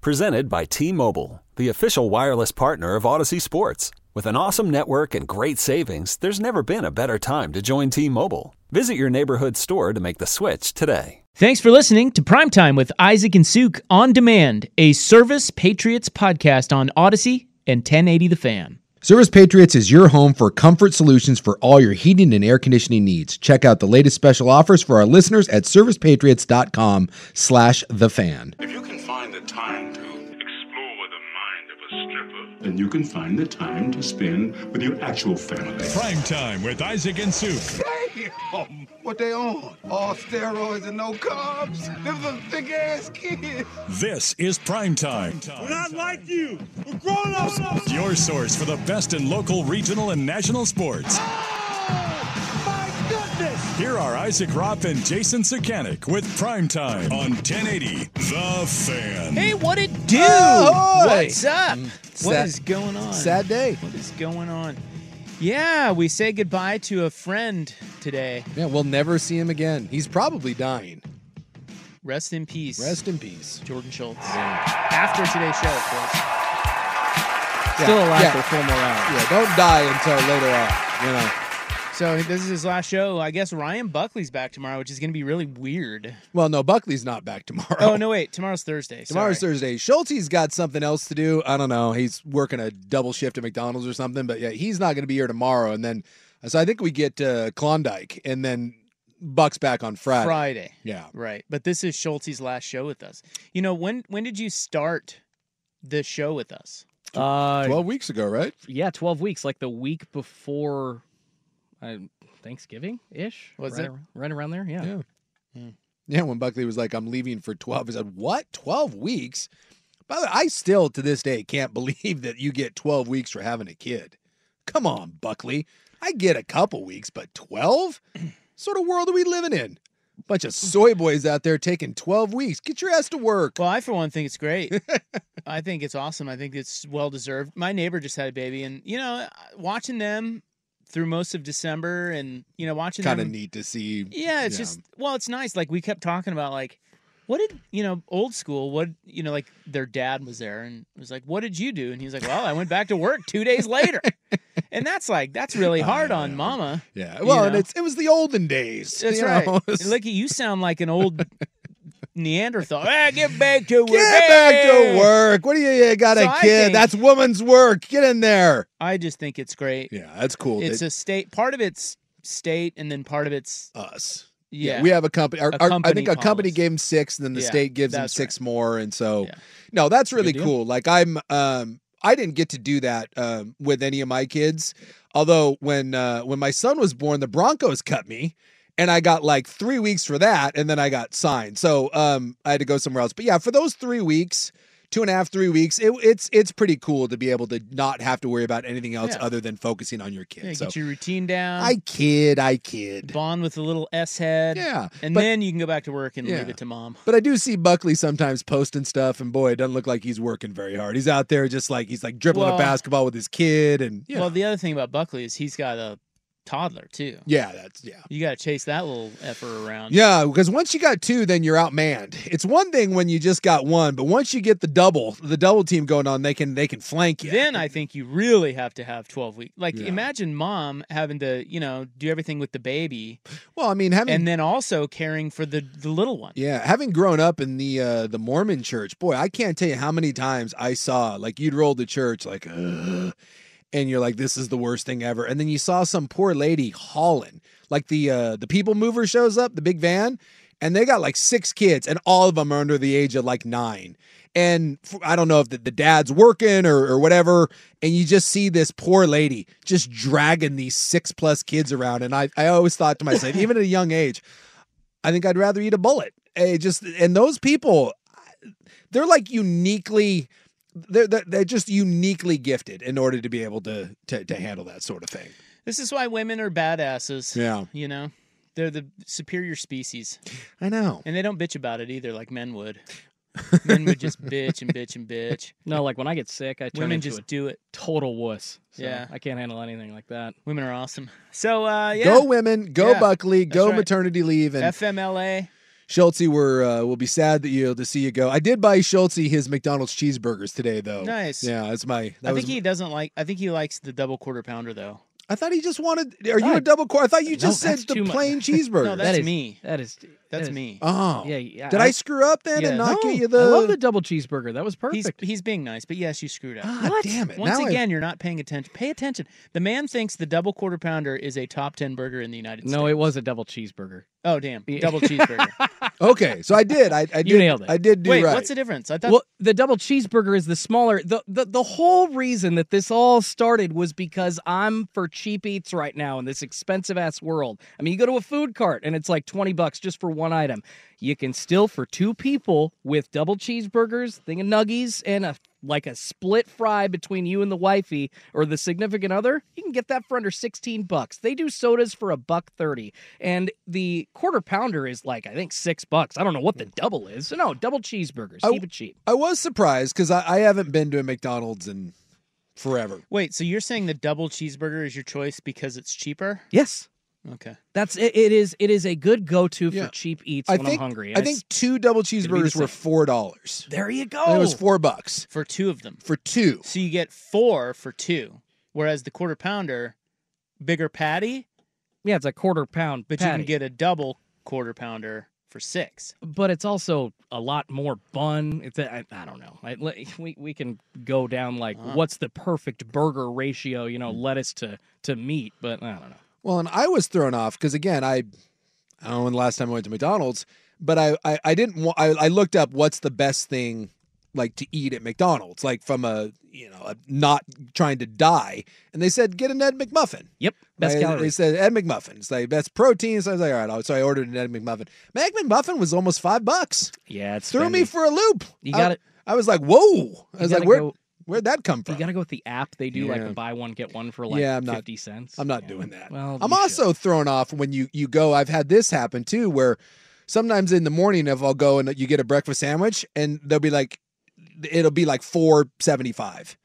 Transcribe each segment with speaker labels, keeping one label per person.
Speaker 1: Presented by T Mobile, the official wireless partner of Odyssey Sports. With an awesome network and great savings, there's never been a better time to join T Mobile. Visit your neighborhood store to make the switch today.
Speaker 2: Thanks for listening to Primetime with Isaac and Suk on Demand, a Service Patriots podcast on Odyssey and 1080 The Fan.
Speaker 3: Service Patriots is your home for comfort solutions for all your heating and air conditioning needs. Check out the latest special offers for our listeners at servicepatriots.com slash the fan.
Speaker 4: If you can find the time to explore the mind of a stripper, then you can find the time to spend with your actual family.
Speaker 5: Prime time with Isaac and Suk.
Speaker 6: Damn! What they on? All steroids and no carbs? Them some thick ass kids.
Speaker 5: This is prime time.
Speaker 7: We're not like you. We're grown ups.
Speaker 5: Your source for the best in local, regional, and national sports.
Speaker 7: Oh, my goodness.
Speaker 5: Here are Isaac Roth and Jason Sakanik with Prime Time on 1080 The Fan.
Speaker 2: Hey, what it do?
Speaker 3: Ahoy! Mm.
Speaker 2: What's up? What
Speaker 3: sad-
Speaker 2: is going on?
Speaker 3: Sad day.
Speaker 2: What is going on? Yeah, we say goodbye to a friend today.
Speaker 3: Yeah, we'll never see him again. He's probably dying.
Speaker 2: Rest in peace.
Speaker 3: Rest in peace.
Speaker 2: Jordan Schultz. After today's show, of course. Still alive
Speaker 3: yeah.
Speaker 2: for four more hours.
Speaker 3: Yeah, don't die until later on, you know.
Speaker 2: So this is his last show. I guess Ryan Buckley's back tomorrow, which is going to be really weird.
Speaker 3: Well, no, Buckley's not back tomorrow.
Speaker 2: Oh, no, wait. Tomorrow's Thursday.
Speaker 3: Tomorrow's
Speaker 2: Sorry.
Speaker 3: Thursday. Schulte's got something else to do. I don't know. He's working a double shift at McDonald's or something, but yeah, he's not going to be here tomorrow. And then, so I think we get uh, Klondike and then Bucks back on Friday.
Speaker 2: Friday.
Speaker 3: Yeah.
Speaker 2: Right. But this is Schulte's last show with us. You know, when when did you start the show with us?
Speaker 8: Uh,
Speaker 3: 12 weeks ago, right?
Speaker 8: yeah, twelve weeks, like the week before uh, Thanksgiving ish.
Speaker 2: Was
Speaker 8: right
Speaker 2: it?
Speaker 8: ar- right around there? Yeah.
Speaker 3: Yeah. Yeah, when Buckley was like, I'm leaving for 12. He said, What? 12 weeks? By the way, I still to this day can't believe that you get 12 weeks for having a kid. Come on, Buckley. I get a couple weeks, but 12? sort of world are we living in? Bunch of soy boys out there taking 12 weeks. Get your ass to work.
Speaker 2: Well, I for one think it's great. I think it's awesome. I think it's well deserved. My neighbor just had a baby, and you know, watching them through most of December, and you know, watching
Speaker 3: Kind of
Speaker 2: them-
Speaker 3: neat to see.
Speaker 2: Yeah, it's just well, it's nice. Like we kept talking about like what did you know old school what you know like their dad was there and was like what did you do and he's like well i went back to work two days later and that's like that's really hard on mama
Speaker 3: Yeah.
Speaker 2: you
Speaker 3: Well, and
Speaker 2: know.
Speaker 3: it's it was the olden days.
Speaker 2: that's
Speaker 3: you
Speaker 2: right
Speaker 3: know?
Speaker 2: And Licky, you sound like an old neanderthal hey, get back to work
Speaker 3: Get back
Speaker 2: Hey!
Speaker 3: to work. What do you, you got
Speaker 2: So
Speaker 3: a
Speaker 2: I
Speaker 3: kid?
Speaker 2: think-
Speaker 3: That's woman's work. Get in there.
Speaker 2: i just think it's great
Speaker 3: Yeah, that's cool.
Speaker 2: it's a state part of it's state and then part of it's
Speaker 3: us.
Speaker 2: yeah,
Speaker 3: we have a company. Our,
Speaker 2: A
Speaker 3: our- I
Speaker 2: company
Speaker 3: think a company
Speaker 2: policy.
Speaker 3: gave him six, and then the
Speaker 2: Yeah,
Speaker 3: state gives him
Speaker 2: that's
Speaker 3: six more, and so
Speaker 2: Yeah.
Speaker 3: no, that's really
Speaker 8: deal.
Speaker 3: cool. Like I'm, um, I didn't get to do that um, with any of my kids. Although when uh, when my son was born, the Broncos cut me, and I got like three weeks for that, and then I got signed. So um, I had to go somewhere else. But yeah, for those three weeks. Two and a half, three weeks. It, it's it's pretty cool to be able to not have to worry about anything else
Speaker 2: Yeah.
Speaker 3: other than focusing on your kid.
Speaker 2: yeah,
Speaker 3: so
Speaker 2: get your routine down
Speaker 3: I kid, I kid.
Speaker 2: bond with a little s head
Speaker 3: Yeah,
Speaker 2: and
Speaker 3: but-
Speaker 2: then you can go back to work and
Speaker 3: Yeah.
Speaker 2: leave it to mom
Speaker 3: But I do see Buckley sometimes posting stuff, and boy, it doesn't look like he's working very hard. He's out there just like he's like dribbling a
Speaker 2: Well-
Speaker 3: basketball with his kid, and yeah,
Speaker 2: Well, the other thing about Buckley is he's got a toddler too.
Speaker 3: yeah, that's yeah,
Speaker 2: You got to chase that little effer around.
Speaker 3: yeah. Because once you got two, then you're outmanned. It's one thing when you just got one, but once you get the double, the double team going on, they can they can flank you.
Speaker 2: Then I think you really have to have 12 weeks. Like
Speaker 3: Yeah.
Speaker 2: imagine mom having to, you know, do everything with the baby
Speaker 3: well, I mean, having
Speaker 2: and then also caring for the the little one.
Speaker 3: Yeah, having grown up in the uh, the Mormon church, boy, I can't tell you how many times I saw like you'd roll the church like, "Ugh," and you're like, this is the worst thing ever, and then you saw some poor lady hauling like the uh, the people mover shows up, the big van, and they got like six kids, and all of them are under the age of like nine. And f- I don't know if the, the dad's working or, or whatever. And you just see this poor lady just dragging these six plus kids around. And I, I always thought to myself, even at a young age, I think I'd rather eat a bullet. Eh, just and those people, they're like uniquely they're, they're they're just uniquely gifted in order to be able to to, to handle that sort of thing.
Speaker 2: This is why women are badasses.
Speaker 3: Yeah.
Speaker 2: You know, they're the superior species,
Speaker 3: I know.
Speaker 2: and they don't bitch about it either, like men would. men would just bitch and bitch and bitch.
Speaker 8: No, like when I get sick, I turn
Speaker 2: Women
Speaker 8: into
Speaker 2: just
Speaker 8: a
Speaker 2: do it.
Speaker 8: total wuss. So
Speaker 2: Yeah.
Speaker 8: I can't handle anything like that.
Speaker 2: Women are awesome. So uh, yeah,
Speaker 3: Go women, go
Speaker 2: Yeah,
Speaker 3: Buckley,
Speaker 2: that's
Speaker 3: go
Speaker 2: right.
Speaker 3: maternity leave, and
Speaker 2: FMLA.
Speaker 3: Schultzy were uh, will be sad that you to see you go. I did buy Schultzy his McDonald's cheeseburgers today though.
Speaker 2: Nice.
Speaker 3: Yeah, that's my. That
Speaker 2: I
Speaker 3: was,
Speaker 2: think he doesn't like. I think he likes the double quarter pounder though.
Speaker 3: I thought he just wanted. Are you
Speaker 8: No,
Speaker 3: a double core? I thought you just
Speaker 8: no,
Speaker 3: said
Speaker 8: that's
Speaker 3: the
Speaker 8: too much.
Speaker 3: plain cheeseburger.
Speaker 2: No,
Speaker 8: That
Speaker 2: that's
Speaker 8: is-
Speaker 2: me.
Speaker 8: That is that
Speaker 2: That's
Speaker 8: is-
Speaker 2: me.
Speaker 3: oh,
Speaker 8: Yeah, yeah.
Speaker 3: Did I, screw up then
Speaker 2: Yeah.
Speaker 3: and not
Speaker 8: no,
Speaker 3: get you the?
Speaker 8: I love the double cheeseburger. That was
Speaker 2: He's
Speaker 8: perfect.
Speaker 2: he's being nice, but yes, you screwed up.
Speaker 3: God Ah, damn it!
Speaker 2: Once
Speaker 3: now I-
Speaker 2: again, you're not paying attention. Pay attention. The man thinks the double quarter pounder is a top ten burger in the United States.
Speaker 8: no, it was a double cheeseburger.
Speaker 2: Oh damn,
Speaker 8: Yeah.
Speaker 2: double cheeseburger.
Speaker 3: okay, so I did. I, I did.
Speaker 8: nailed it.
Speaker 3: I did do
Speaker 2: Wait,
Speaker 3: right.
Speaker 2: what's the difference? I thought
Speaker 8: Well, the double cheeseburger is the smaller. The, the The whole reason that this all started was because I'm for cheap eats right now in this expensive ass world. I mean, you go to a food cart and it's like twenty bucks just for one item. You can still for two people with double cheeseburgers, thing of nuggies, and a like a split fry between you and the wifey or the significant other, you can get that for under 16 bucks. They do sodas for a buck 30 and the quarter pounder is like I think 6 bucks. I don't know what the double is. So no, double cheeseburgers,
Speaker 3: I-
Speaker 8: keep it cheap.
Speaker 3: I was surprised because I, I haven't been to a McDonald's in forever.
Speaker 2: Wait, so you're saying the double cheeseburger is your choice because it's cheaper?
Speaker 8: Yes.
Speaker 2: Okay.
Speaker 8: That's it, it is it is a good go-to
Speaker 3: Yeah.
Speaker 8: for cheap eats
Speaker 3: I
Speaker 8: when
Speaker 3: think.
Speaker 8: I'm hungry.
Speaker 3: I
Speaker 8: and it's-
Speaker 3: think two double cheeseburgers
Speaker 8: the
Speaker 3: were
Speaker 8: same. Oh!
Speaker 3: four dollars.
Speaker 8: there you go.
Speaker 3: It was four bucks
Speaker 2: For two of them.
Speaker 3: for two.
Speaker 2: So you get four for two. Whereas the quarter pounder, bigger patty,
Speaker 8: yeah, it's a quarter pound
Speaker 2: but you
Speaker 8: patty.
Speaker 2: can get a double quarter pounder for six.
Speaker 8: but it's also a lot more bun. It's a, I, I don't know. I, le- we we can go down like
Speaker 2: Uh-huh.
Speaker 8: what's the perfect burger ratio? You
Speaker 3: Hmm.
Speaker 8: know, lettuce to to meat, but I don't know.
Speaker 3: Well, and I was thrown off because again, I I don't know when the last time I went to McDonald's, but I I, I didn't wa- I, I looked up what's the best thing like to eat at McDonald's, like from a you know a not trying to die, and they said get an Ed McMuffin.
Speaker 8: Yep, best
Speaker 3: They- They
Speaker 8: calories.
Speaker 3: said Ed McMuffin. It's like best protein. So I was like, all right, I'll- so I ordered an Ed McMuffin. Mac McMuffin was almost five bucks.
Speaker 8: yeah, it's
Speaker 3: Threw me
Speaker 8: spendy.
Speaker 3: for a loop.
Speaker 8: You
Speaker 3: I-
Speaker 8: got it.
Speaker 3: I was like, whoa. I was
Speaker 8: gotta
Speaker 3: like, where
Speaker 8: go-
Speaker 3: where'd that come from?
Speaker 8: You got to go with the app. They do like
Speaker 3: Yeah.
Speaker 8: a buy one get one for like
Speaker 3: Yeah, I'm not-
Speaker 8: fifty cents.
Speaker 3: I'm not
Speaker 8: Yeah.
Speaker 3: doing that.
Speaker 8: Well,
Speaker 3: I'm
Speaker 8: you should.
Speaker 3: also thrown off when you you go. I've had this happen too, where sometimes in the morning if I'll go and you get a breakfast sandwich, and they'll be like, it'll be like four seventy five,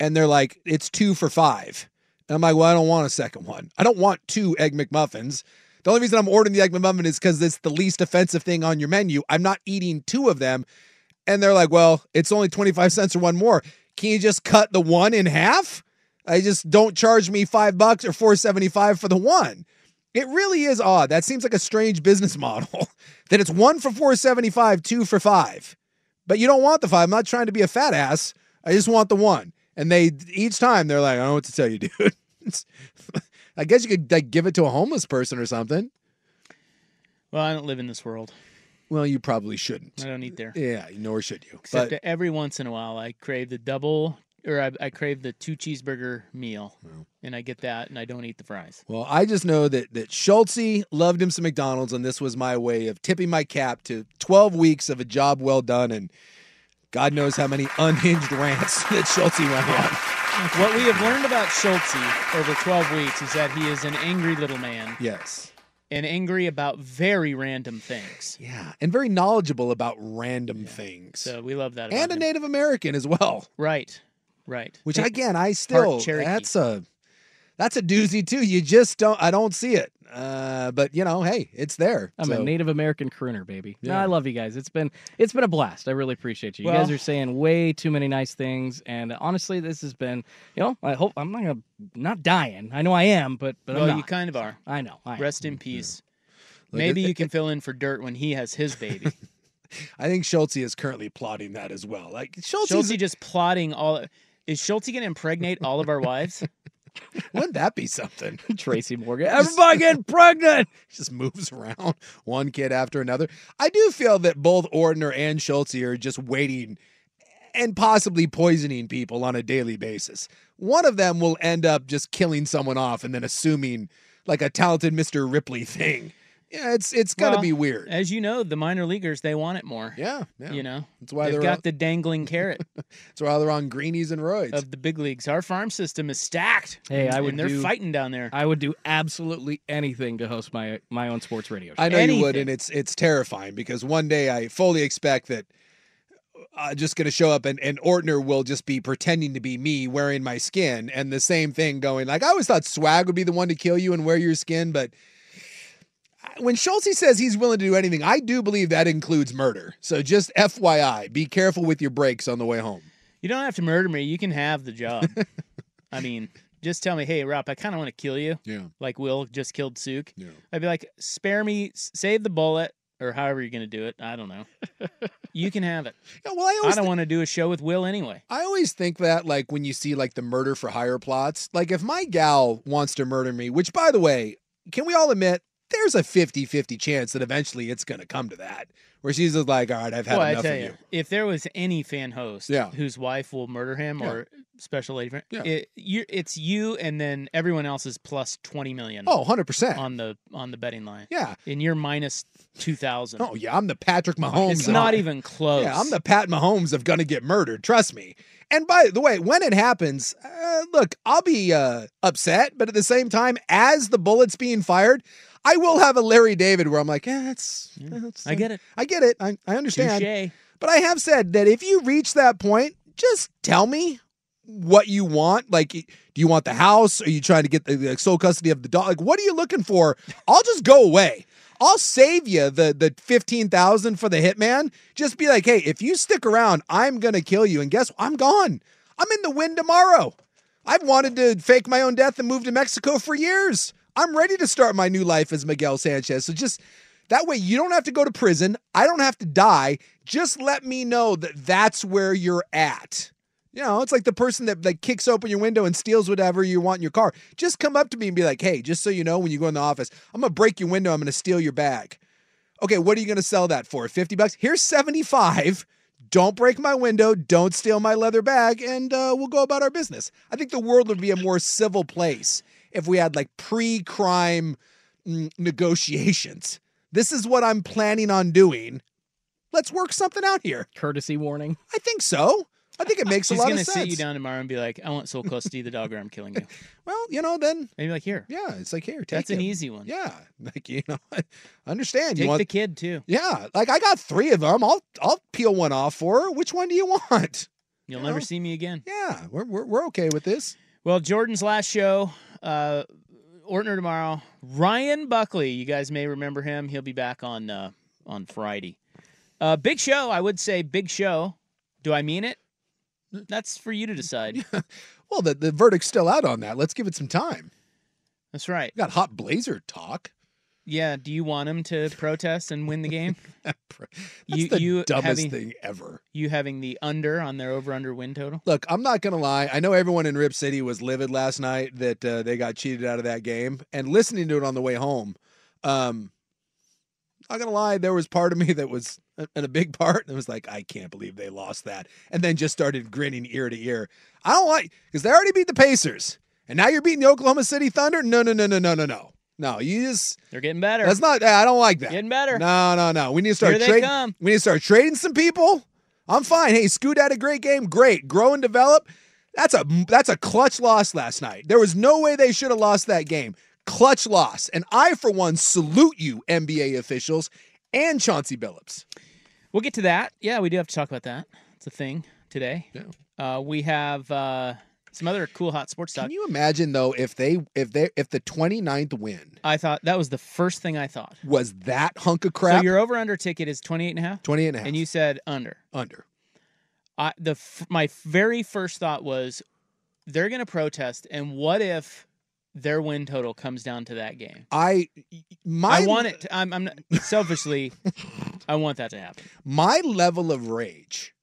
Speaker 3: and they're like, it's two for five, and I'm like, well, I don't want a second one. I don't want two egg McMuffins. The only reason I'm ordering the egg McMuffin is because it's the least offensive thing on your menu. I'm not eating two of them, and they're like, well, it's only twenty five cents or one more. Can you just cut the one in half? I just don't charge me five bucks or four seventy five for the one. It really is odd. That seems like a strange business model. that it's one for four seventy five, two for five. But you don't want the five. I'm not trying to be a fat ass. I just want the one. And they each time they're like, I don't know what to tell you, dude. It's- I guess you could like give it to a homeless person or something.
Speaker 2: Well, I don't live in this world.
Speaker 3: Well, you probably shouldn't.
Speaker 2: I don't eat there.
Speaker 3: Yeah, nor should you.
Speaker 2: Except
Speaker 3: But
Speaker 2: that every once in a while, I crave the double, or I, I crave the two cheeseburger meal, and I get that, and I don't eat the fries.
Speaker 3: Well, I just know that that Schultze loved him some McDonald's, and this was my way of tipping my cap to 12 weeks of a job well done, and God knows how many unhinged rants that Schultze went on.
Speaker 2: What we have learned about Schultze over 12 weeks is that he is an angry little man
Speaker 3: Yes.
Speaker 2: and angry about very random things.
Speaker 3: Yeah, and very knowledgeable about random things,
Speaker 2: So we love
Speaker 3: and
Speaker 2: that. About
Speaker 3: a
Speaker 2: him.
Speaker 3: Native American as well.
Speaker 2: Right, right.
Speaker 3: Which again, I still
Speaker 2: Cherokee.
Speaker 3: that's a that's a doozy too. You just don't I don't see it, uh, but you know, hey, it's there.
Speaker 8: I'm
Speaker 3: So-
Speaker 8: a Native American crooner, baby. No,
Speaker 3: Yeah.
Speaker 8: I love you guys. It's been it's been a blast. I really appreciate you. You guys
Speaker 2: Well-
Speaker 8: are saying way too many nice things, and honestly, this has been you know. I hope I'm not gonna not dying. I know I am, but but
Speaker 2: well,
Speaker 8: I'm
Speaker 2: you
Speaker 8: not. Mm-hmm.
Speaker 2: kind of are.
Speaker 8: I know. I am.
Speaker 2: Rest in peace.
Speaker 3: Look,
Speaker 2: Maybe
Speaker 3: it-
Speaker 2: you can fill in for dirt when he has his baby.
Speaker 3: I think Schultze is currently plotting that as well. Like Schultze,
Speaker 2: Schulte just plotting all. uh, Is Schulte going to impregnate all of our wives?
Speaker 3: wouldn't that be something?
Speaker 8: Tracy Morgan. Everybody getting pregnant.
Speaker 3: just moves around one kid after another. I do feel that both Ordner and Schultze are just waiting and possibly poisoning people on a daily basis. One of them will end up just killing someone off and then assuming like a talented Mr. Ripley thing. Yeah, it's it's got to
Speaker 2: Well,
Speaker 3: be weird.
Speaker 2: As you know, the minor leaguers they want it more.
Speaker 3: yeah, yeah.
Speaker 2: You know,
Speaker 3: that's why they're
Speaker 2: they've got
Speaker 3: on,
Speaker 2: the dangling carrot
Speaker 3: that's why they're on greenies and roids.
Speaker 2: of the big leagues. Our farm system is stacked.
Speaker 8: Hey, I
Speaker 2: and
Speaker 8: would
Speaker 2: They're
Speaker 8: do-
Speaker 2: fighting down there.
Speaker 8: I would do absolutely anything to host my my own sports radio show.
Speaker 3: I know you would,
Speaker 2: anything.
Speaker 3: and it's it's terrifying because one day I fully expect that I'm just going to show up and, and Ortner will just be pretending to be me wearing my skin and the same thing going like I always thought swag would be the one to kill you and wear your skin, but uh, when Schultze says he's willing to do anything, I do believe that includes murder. So just FYI, be careful with your brakes on the way home.
Speaker 2: You don't have to murder me. You can have the job. I mean, just tell me, hey, Rop, I kind of want to kill you.
Speaker 3: Yeah.
Speaker 2: Like Will just killed Sook.
Speaker 3: Yeah.
Speaker 2: I'd be like, spare me, s- save the bullet, or however you're going to do it. I don't know. you can have it.
Speaker 3: Yeah, well, I
Speaker 2: I
Speaker 3: always
Speaker 2: don't want to do a show with Will anyway.
Speaker 3: I always think that, like, when you see like the murder for hire plots, like if my gal wants to murder me, which by the way, can we all admit there's a 50 50 chance that eventually it's going to come to that where she's just like, all right, I've had
Speaker 2: Well, I
Speaker 3: enough
Speaker 2: tell
Speaker 3: of
Speaker 2: you,
Speaker 3: you.
Speaker 2: if there was any fan host
Speaker 3: Yeah.
Speaker 2: whose wife will murder him
Speaker 3: Yeah.
Speaker 2: or special lady friend,
Speaker 3: Yeah.
Speaker 2: it, you, it's you and then everyone else is plus 20 million
Speaker 3: Oh, 100%.
Speaker 2: on the on the betting line.
Speaker 3: yeah.
Speaker 2: And you're minus 2,000.
Speaker 3: Oh, yeah. I'm the Patrick Mahomes.
Speaker 2: it's
Speaker 3: of-
Speaker 2: not even close.
Speaker 3: Yeah, I'm the Pat Mahomes of gonna get murdered. Trust me. And by the way, when it happens, uh, look, I'll be uh, upset, but at the same time, as the bullets being fired, I will have a Larry David where I'm like, yeah, that's, that's-
Speaker 2: I get it.
Speaker 3: I get it. I, I understand.
Speaker 2: Touche.
Speaker 3: But I have said that if you reach that point, just tell me what you want. Like, do you want the house? Are you trying to get the, the sole custody of the dog? Like, what are you looking for? I'll just go away. I'll save you the the fifteen thousand for the hitman. Just be like, hey, if you stick around, I'm gonna kill you. And guess what? I'm gone. I'm in the wind tomorrow. I've wanted to fake my own death and move to Mexico for years. I'm ready to start my new life as Miguel Sanchez. So just that way, you don't have to go to prison. I don't have to die. Just let me know that that's where you're at. You know, it's like the person that like kicks open your window and steals whatever you want in your car. Just come up to me and be like, "Hey, just so you know, when you go in the office, I'm gonna break your window. I'm gonna steal your bag." Okay, what are you gonna sell that for? Fifty bucks. Here's seventy-five. Don't break my window. Don't steal my leather bag, and uh, we'll go about our business. I think the world would be a more civil place if we had like pre-crime mm, negotiations. This is what I'm planning on doing. Let's work something out here.
Speaker 8: Courtesy warning.
Speaker 3: I think so. I think it makes
Speaker 2: She's
Speaker 3: a lot
Speaker 2: gonna
Speaker 3: of sense.
Speaker 2: sit you down tomorrow and be like, "I want sole custody of the dog, or I'm killing you."
Speaker 3: Well, you know, then
Speaker 2: And you're like, "Here,
Speaker 3: yeah, it's like here, take
Speaker 2: that's an
Speaker 3: it.
Speaker 2: easy one.
Speaker 3: Yeah, like you know, I understand
Speaker 2: Take
Speaker 3: you want.
Speaker 2: the kid too.
Speaker 3: yeah, like I got three of them. I'll I'll peel one off for her. Which one do you want?
Speaker 2: You'll
Speaker 3: You
Speaker 2: never
Speaker 3: know?
Speaker 2: see me again."
Speaker 3: Yeah, we're we're, we're okay with this.
Speaker 2: Well, Jordan's last show, uh, Ortner tomorrow. Ryan Buckley, you guys may remember him. He'll be back on uh, on Friday. Uh, big show, I would say. Big show. Do I mean it? That's for you to decide.
Speaker 3: Well, the the verdict's still out on that. Let's give it some time.
Speaker 2: That's right.
Speaker 3: We got hot blazer talk.
Speaker 2: Yeah. Do you want him to protest and win the game?
Speaker 3: That's
Speaker 2: You-
Speaker 3: the
Speaker 2: you
Speaker 3: dumbest
Speaker 2: having-
Speaker 3: thing ever.
Speaker 2: You having the under on their over under win total?
Speaker 3: Look, I'm not gonna lie. I know everyone in Rip City was livid last night that uh, they got cheated out of that game, and listening to it on the way home, um, not gonna lie, there was part of me that was, and a big part that was like, I can't believe they lost that, and then just started grinning ear to ear. I don't like because they already beat the Pacers, and now you're beating the Oklahoma City Thunder. No, no, no, no, no, no, no, no. You just
Speaker 2: They're getting better.
Speaker 8: Uh,
Speaker 3: that's not. I don't like that.
Speaker 2: Getting better.
Speaker 3: No, no, no. We need to start
Speaker 2: Here they
Speaker 3: trading.
Speaker 2: come.
Speaker 3: We need to start trading some people. I'm fine. Hey, Scoot had a great game. Great, grow and develop. That's a that's a clutch loss last night. There was no way they should have lost that game. Clutch loss, and I for one salute you, NBA officials and Chauncey Billups.
Speaker 2: We'll get to that. Yeah, we do have to talk about that. It's a thing today. Uh, we have uh, some other cool hot sports talk.
Speaker 3: Can you imagine though if they if they if the 29th win
Speaker 2: I thought that was the first thing I thought.
Speaker 3: was that hunk of crap?
Speaker 2: So your over under ticket is 28 and a half
Speaker 3: 28 and a half
Speaker 2: and you said under.
Speaker 3: under.
Speaker 2: I the f- my very first thought was they're going to protest and what if their win total comes down to that game?
Speaker 3: I my
Speaker 2: I want it. To, I'm, I'm not, selfishly, I want that to happen.
Speaker 3: my level of rage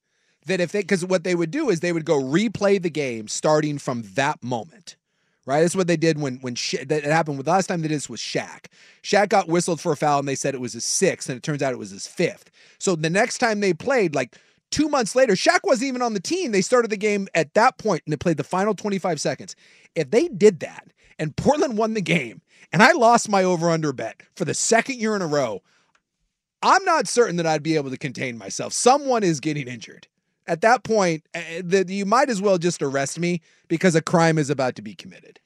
Speaker 3: that if they because what they would do is they would go replay the game starting from that moment right that's what they did when when Sha- that it happened with last time they did this was Shaq Shaq got whistled for a foul and they said it was his sixth and it turns out it was his fifth so the next time they played like two months later Shaq wasn't even on the team they started the game at that point and they played the final 25 seconds if they did that and Portland won the game, and I lost my over under bet for the second year in a row, I'm not certain that I'd be able to contain myself. Someone is getting injured. At that point, eh, that you might as well just arrest me because a crime is about to be committed.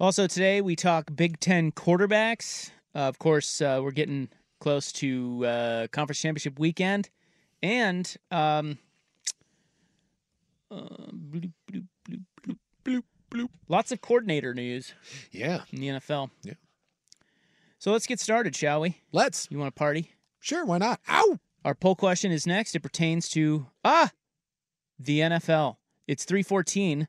Speaker 2: Also, today we talk Big Ten quarterbacks. Uh, of course, uh, we're getting close to uh, conference championship weekend, and um, uh, bloop, bloop, bloop, bloop, bloop, bloop. lots of coordinator news
Speaker 3: Yeah,
Speaker 2: in the NFL.
Speaker 3: Yeah.
Speaker 2: So let's get started, shall we?
Speaker 3: let's.
Speaker 2: You want to party?
Speaker 3: Sure, why not? Ow!
Speaker 2: Our poll question is next. It pertains to ah, the NFL. It's three fourteen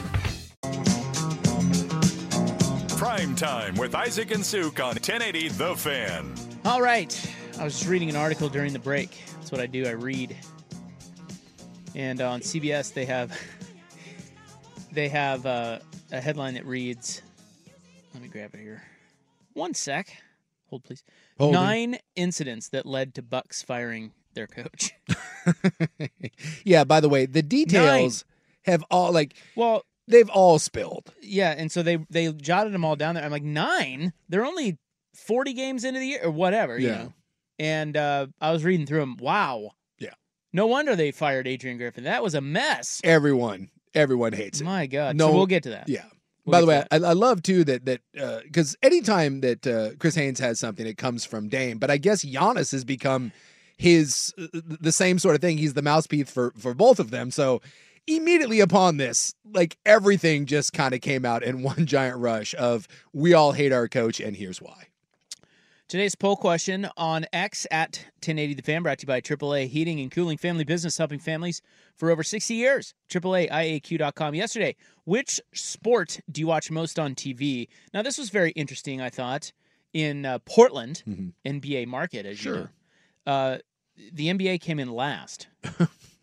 Speaker 5: Prime Time with Isaac and Suk on 1080 The Fan.
Speaker 2: All right. I was just reading an article during the break. That's what I do. I read. And on CBS, they have they have uh, a headline that reads. Let me grab it here. One sec. Hold please.
Speaker 3: Hold it.
Speaker 2: Nine incidents that led to Bucks firing their coach.
Speaker 3: yeah, by the way, the details have all, like,
Speaker 2: well,
Speaker 3: they've all spilled.
Speaker 2: yeah, and so they they jotted them all down there. I'm like nine. They're only forty games into the year or whatever, you
Speaker 3: Yeah.
Speaker 2: know. And uh, I was reading through them. Wow.
Speaker 3: Yeah.
Speaker 2: No wonder they fired Adrian Griffin. That was a mess.
Speaker 3: Everyone, everyone hates it.
Speaker 2: My God.
Speaker 3: No-
Speaker 2: so we'll get to that.
Speaker 3: Yeah.
Speaker 2: We'll
Speaker 3: By
Speaker 2: get
Speaker 3: the
Speaker 2: to
Speaker 3: way,
Speaker 2: that.
Speaker 3: I, I love too that that because anytime that uh, Chris Haynes has something, it comes from Dame. But I guess Giannis has become his uh, the same sort of thing. He's the mouthpiece for for both of them. So immediately upon this, like everything just kind of came out in one giant rush of we all hate our coach and here's why.
Speaker 2: Today's poll question on X at 1080 The Fan brought to you by AAA Heating and Cooling Family Business, helping families for over 60 years. AAAIAQ.com. Yesterday, which sport do you watch most on TV? Now, this was very interesting, I thought, in uh, Portland, NBA market, as you
Speaker 3: Mm-hmm. Sure.
Speaker 2: know. Uh, the NBA came in last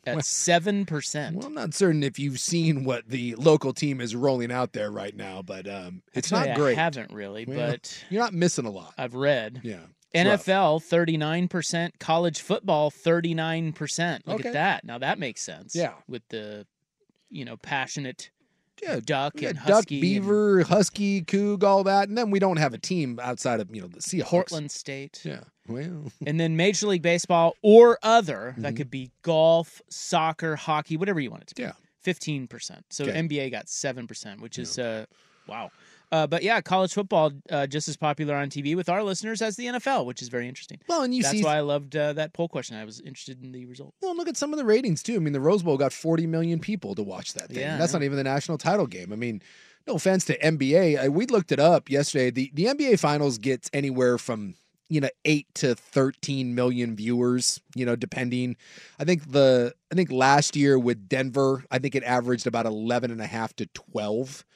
Speaker 2: at 7%.
Speaker 3: Well, I'm not certain if you've seen what the local team is rolling out there right now, but um, it's
Speaker 2: Actually,
Speaker 3: not great.
Speaker 2: I Uh, haven't really,
Speaker 3: Well,
Speaker 2: but
Speaker 3: You're not missing a lot.
Speaker 2: I've read.
Speaker 3: Yeah. it's rough.
Speaker 2: NFL thirty nine percent, college football thirty nine percent. Look
Speaker 3: Okay.
Speaker 2: at that. Now that makes sense.
Speaker 3: Yeah.
Speaker 2: with the you know passionate
Speaker 3: Yeah,
Speaker 2: duck
Speaker 3: Yeah,
Speaker 2: and
Speaker 3: duck,
Speaker 2: husky, and
Speaker 3: beaver, husky, coog, all that, and then we don't have a team outside of you know the Seahawks.
Speaker 2: Portland State,
Speaker 3: Yeah. Well.
Speaker 2: and then Major League Baseball or other. That
Speaker 3: Mhm.
Speaker 2: could be golf, soccer, hockey, whatever you want it to be.
Speaker 3: Yeah.
Speaker 2: fifteen percent. So
Speaker 3: Okay.
Speaker 2: NBA got seven percent, which is uh, wow. Uh, but yeah, college football uh, just as popular on TV with our listeners as the NFL, which is very interesting.
Speaker 3: Well, and you
Speaker 2: That's
Speaker 3: see.
Speaker 2: why I loved uh, that poll question. I was interested in the result.
Speaker 3: well, look at some of the ratings too. I mean, the Rose Bowl got 40 million people to watch that thing.
Speaker 2: Yeah, I
Speaker 3: That's
Speaker 2: know.
Speaker 3: not even the national title game. I mean, no offense to NBA, I, we looked it up yesterday. The the NBA finals gets anywhere from you know 8 to 13 million viewers, you know, depending. I think the I think last year with Denver, I think it averaged about 11 and a half to 12.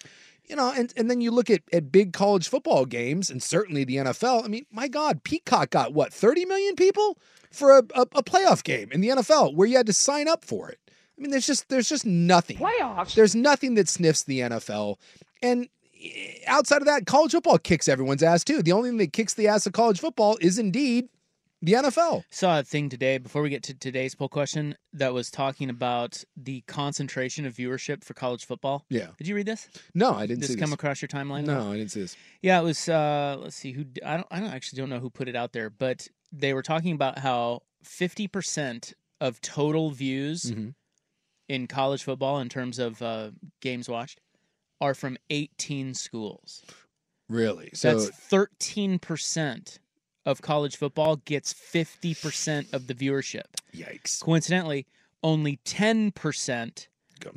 Speaker 3: You know, and, and then you look at, at big college football games and certainly the NFL. I mean, my God, Peacock got what, 30 million people for a, a, a playoff game in the NFL where you had to sign up for it. I mean, there's just there's just nothing. Playoffs. There's nothing that sniffs the NFL. And eh, outside of that, college football kicks everyone's ass too. The only thing that kicks the ass of college football is indeed The NFL.
Speaker 2: Saw a thing today before we get to today's poll question that was talking about the concentration of viewership for college football.
Speaker 3: Yeah.
Speaker 2: Did you read this?
Speaker 3: No, I didn't
Speaker 2: This
Speaker 3: see
Speaker 2: come
Speaker 3: this.
Speaker 2: across your timeline? at all?
Speaker 3: No, I didn't see this.
Speaker 2: Yeah, it was. Uh, let's see who. I don't. I don't actually don't know who put it out there, but they were talking about how fifty percent of total views
Speaker 3: Mhm.
Speaker 2: in college football, in terms of uh, games watched, are from eighteen schools.
Speaker 3: Really? So
Speaker 2: That's thirteen percent of college football gets fifty percent of the viewership.
Speaker 3: Yikes.
Speaker 2: Coincidentally, only ten percent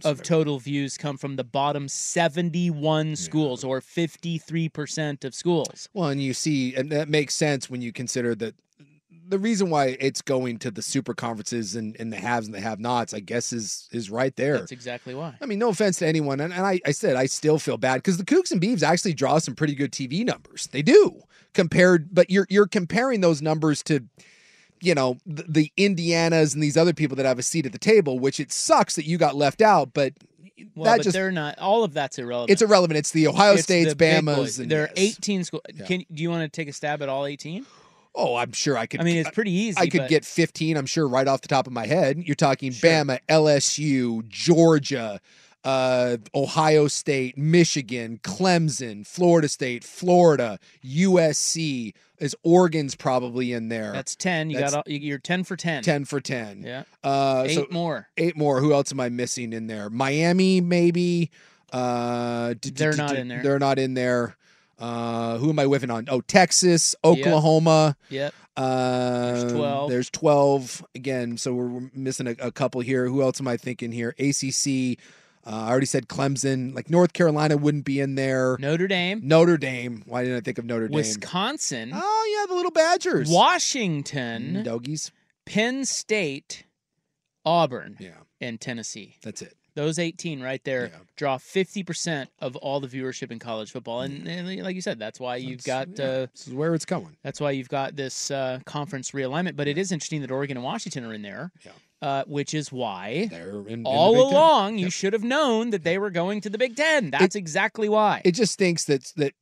Speaker 2: of total views come from the bottom 71 schools or 53% of schools.
Speaker 3: Well, and you see, and that makes sense when you consider that the reason why it's going to the super conferences and, and the haves and the have nots, I guess, is is right there.
Speaker 2: That's exactly why.
Speaker 3: I mean, no offense to anyone, and, and I, I said I still feel bad because the Kooks and Beeves actually draw some pretty good TV numbers. They do compared, but you're you're comparing those numbers to, you know, the, the Indianas and these other people that have a seat at the table, which it sucks that you got left out, but
Speaker 2: Well,
Speaker 3: that
Speaker 2: but
Speaker 3: just
Speaker 2: they're not. All of that's irrelevant.
Speaker 3: it's irrelevant. It's the Ohio
Speaker 2: It's
Speaker 3: States,
Speaker 2: the big
Speaker 3: Bama's,
Speaker 2: boys.
Speaker 3: and
Speaker 2: there are
Speaker 3: yes.
Speaker 2: 18 schools.
Speaker 3: Yeah.
Speaker 2: Can do you want to take a stab at all 18?
Speaker 3: Oh, I'm sure I could.
Speaker 2: I mean, it's pretty easy.
Speaker 3: I could
Speaker 2: but-
Speaker 3: get 15, I'm sure, right off the top of my head. You're talking Bama, LSU, Georgia, uh, Ohio State, Michigan, Clemson, Florida State, Florida, USC. Is Oregon's probably in there?
Speaker 2: That's 10. You
Speaker 3: That's
Speaker 2: got all, you're 10 for 10.
Speaker 3: 10 for 10.
Speaker 2: Yeah.
Speaker 3: Uh,
Speaker 2: Eight
Speaker 3: so
Speaker 2: more.
Speaker 3: eight more. Who else am I missing in there? Miami, maybe. Uh, d- d-
Speaker 2: They're
Speaker 3: d-
Speaker 2: not
Speaker 3: d-
Speaker 2: in there.
Speaker 3: They're not in there. Uh, who am I whiffing on? Oh, Texas, Oklahoma.
Speaker 2: Yep.
Speaker 3: Uh, there's
Speaker 2: 12.
Speaker 3: There's 12 again. So we're we're missing a, a couple here. Who else am I thinking here? ACC. Uh, I already said Clemson. Like North Carolina wouldn't be in there.
Speaker 2: Notre Dame,
Speaker 3: Notre Dame. Why didn't I think of Notre Dame?
Speaker 2: Wisconsin,
Speaker 3: Oh yeah, the little Badgers.
Speaker 2: Washington,
Speaker 3: Doggies.
Speaker 2: Penn State, Auburn,
Speaker 3: Yeah,
Speaker 2: and Tennessee.
Speaker 3: that's it.
Speaker 2: Those 18 right there
Speaker 3: Yeah.
Speaker 2: draw 50% of all the viewership in college football. And, and like you said, that's why you've
Speaker 3: Mm. That's-
Speaker 2: got
Speaker 3: yeah,
Speaker 2: uh,
Speaker 3: this is where it's going.
Speaker 2: That's why you've got this uh, conference realignment. But it is interesting that Oregon and Washington are in there,
Speaker 3: Yeah.
Speaker 2: uh, which is why
Speaker 3: They're in- in the
Speaker 2: all
Speaker 3: Big Ten.
Speaker 2: along you should have known that they were going to the Big Ten. That's exactly why.
Speaker 3: It just stinks that that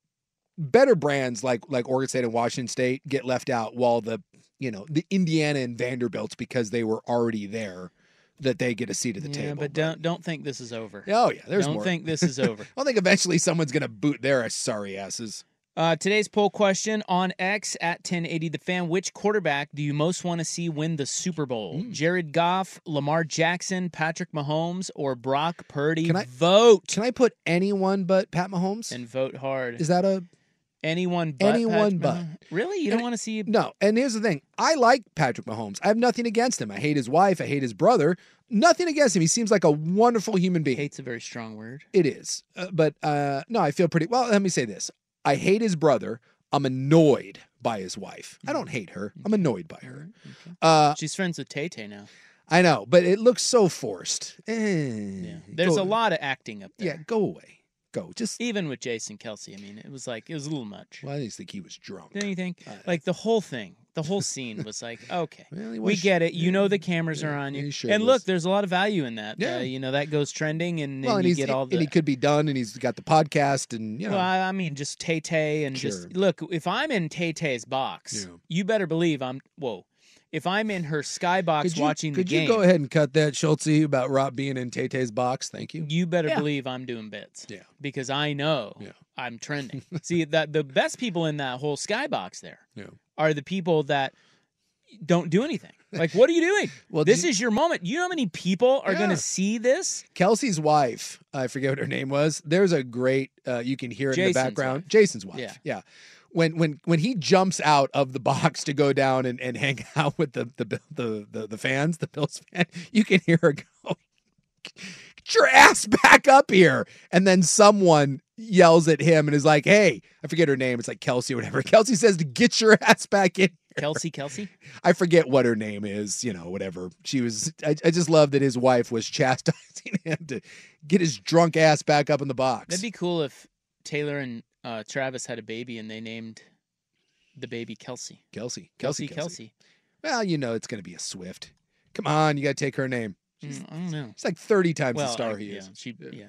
Speaker 3: better brands like like Oregon State and Washington State get left out, while the you know the Indiana and Vanderbilts because they were already there, that they get a seat at the
Speaker 2: yeah,
Speaker 3: table.
Speaker 2: but don't don't think this is over.
Speaker 3: Oh yeah, there's
Speaker 2: don't
Speaker 3: more.
Speaker 2: think this is over.
Speaker 3: I think eventually someone's gonna boot their sorry asses.
Speaker 2: Uh, today's poll question on X at 1080 The Fan: Which quarterback do you most want to see win the Super Bowl?
Speaker 3: Hmm.
Speaker 2: Jared Goff, Lamar Jackson, Patrick Mahomes, or Brock Purdy?
Speaker 3: Can I-
Speaker 2: vote
Speaker 3: Can I put anyone but Pat Mahomes?
Speaker 2: and vote hard?
Speaker 3: Is that a
Speaker 2: anyone but
Speaker 3: anyone
Speaker 2: Patrick
Speaker 3: but.
Speaker 2: Mahomes? really? You don't want to see
Speaker 3: no? And here's the thing: I like Patrick Mahomes. I have nothing against him. I hate his wife. I hate his brother. Nothing against him. He seems like a wonderful human being.
Speaker 2: hate's a very strong word.
Speaker 3: It is. Uh, but uh, no, I feel pretty well. Let me say this I hate his brother. I'm annoyed by his wife. I
Speaker 2: Mm.
Speaker 3: don't hate her. I'm annoyed by her.
Speaker 2: Mm-hmm.
Speaker 3: Uh,
Speaker 2: She's friends with Tay Tay now.
Speaker 3: I know, but it looks so forced.
Speaker 2: Yeah.
Speaker 3: Yeah.
Speaker 2: There's a lot of acting up
Speaker 3: Yeah,
Speaker 2: there.
Speaker 3: go away. Go. Just.
Speaker 2: Even with Jason Kelsey, I mean, it was like it was a little much.
Speaker 3: Well, I just think he was drunk.
Speaker 2: Don't you think?
Speaker 3: I-
Speaker 2: Like the whole thing, the whole scene was like, okay,
Speaker 3: Well, he
Speaker 2: we
Speaker 3: was-
Speaker 2: get it. You know the
Speaker 3: yeah,
Speaker 2: cameras are
Speaker 3: yeah,
Speaker 2: on
Speaker 3: he
Speaker 2: you,
Speaker 3: sure
Speaker 2: and
Speaker 3: was.
Speaker 2: look, there's a lot of value in that.
Speaker 3: Yeah.
Speaker 2: Uh, you know that goes trending, and,
Speaker 3: Well,
Speaker 2: and
Speaker 3: and,
Speaker 2: you
Speaker 3: he's, eh,
Speaker 2: get all the.
Speaker 3: and he could be done, and he's got the podcast, and you know,
Speaker 2: Well, I I mean, just Tay Tay and
Speaker 3: Sure.
Speaker 2: just look. If I'm in Tay Tay's box,
Speaker 3: Yeah.
Speaker 2: you better believe I'm. Whoa, if I'm in her skybox
Speaker 3: could you,
Speaker 2: watching
Speaker 3: could
Speaker 2: the game,
Speaker 3: you go ahead and cut that, Schultzy, about Rob being in Tay Tay's box? Thank you.
Speaker 2: you better
Speaker 3: Yeah.
Speaker 2: believe I'm doing bits.
Speaker 3: Yeah.
Speaker 2: Because I know
Speaker 3: Yeah.
Speaker 2: I'm trending. See that the best people in that whole skybox there
Speaker 3: Yeah.
Speaker 2: are the people that don't do anything. Like, what are you doing?
Speaker 3: Well,
Speaker 2: this
Speaker 3: did-
Speaker 2: is your moment. You know how many people are going
Speaker 3: Yeah.
Speaker 2: to see this?
Speaker 3: Kelsey's wife, I forget what her name was. There's a great uh, you can hear it in the
Speaker 2: Jason's
Speaker 3: background. Jason's wife.
Speaker 2: Yeah.
Speaker 3: When when when he jumps out of the box to go down and, and hang out with the the, the the the fans, the Bills fan, you can hear her go, "Get your ass back up here!" And then someone yells at him and is like, "Hey, I forget her name. It's like Kelsey or whatever." Kelsey says to get your ass back in
Speaker 2: Kelsey, Kelsey.
Speaker 3: I forget what her name is, you know, whatever. She was, I, I just love that his wife was chastising him to get his drunk ass back up in the box.
Speaker 2: That'd be cool if Taylor and uh, Travis had a baby and they named the baby Kelsey.
Speaker 3: Kelsey,
Speaker 2: Kelsey,
Speaker 3: Kelsey,
Speaker 2: Kelsey.
Speaker 3: Well, you know, it's going to be a Swift. Come on, you got to take her name. She's,
Speaker 2: Mm, I don't know.
Speaker 3: she's like 30 times
Speaker 2: well,
Speaker 3: the star
Speaker 2: I-
Speaker 3: he
Speaker 2: yeah,
Speaker 3: is.
Speaker 2: She, yeah.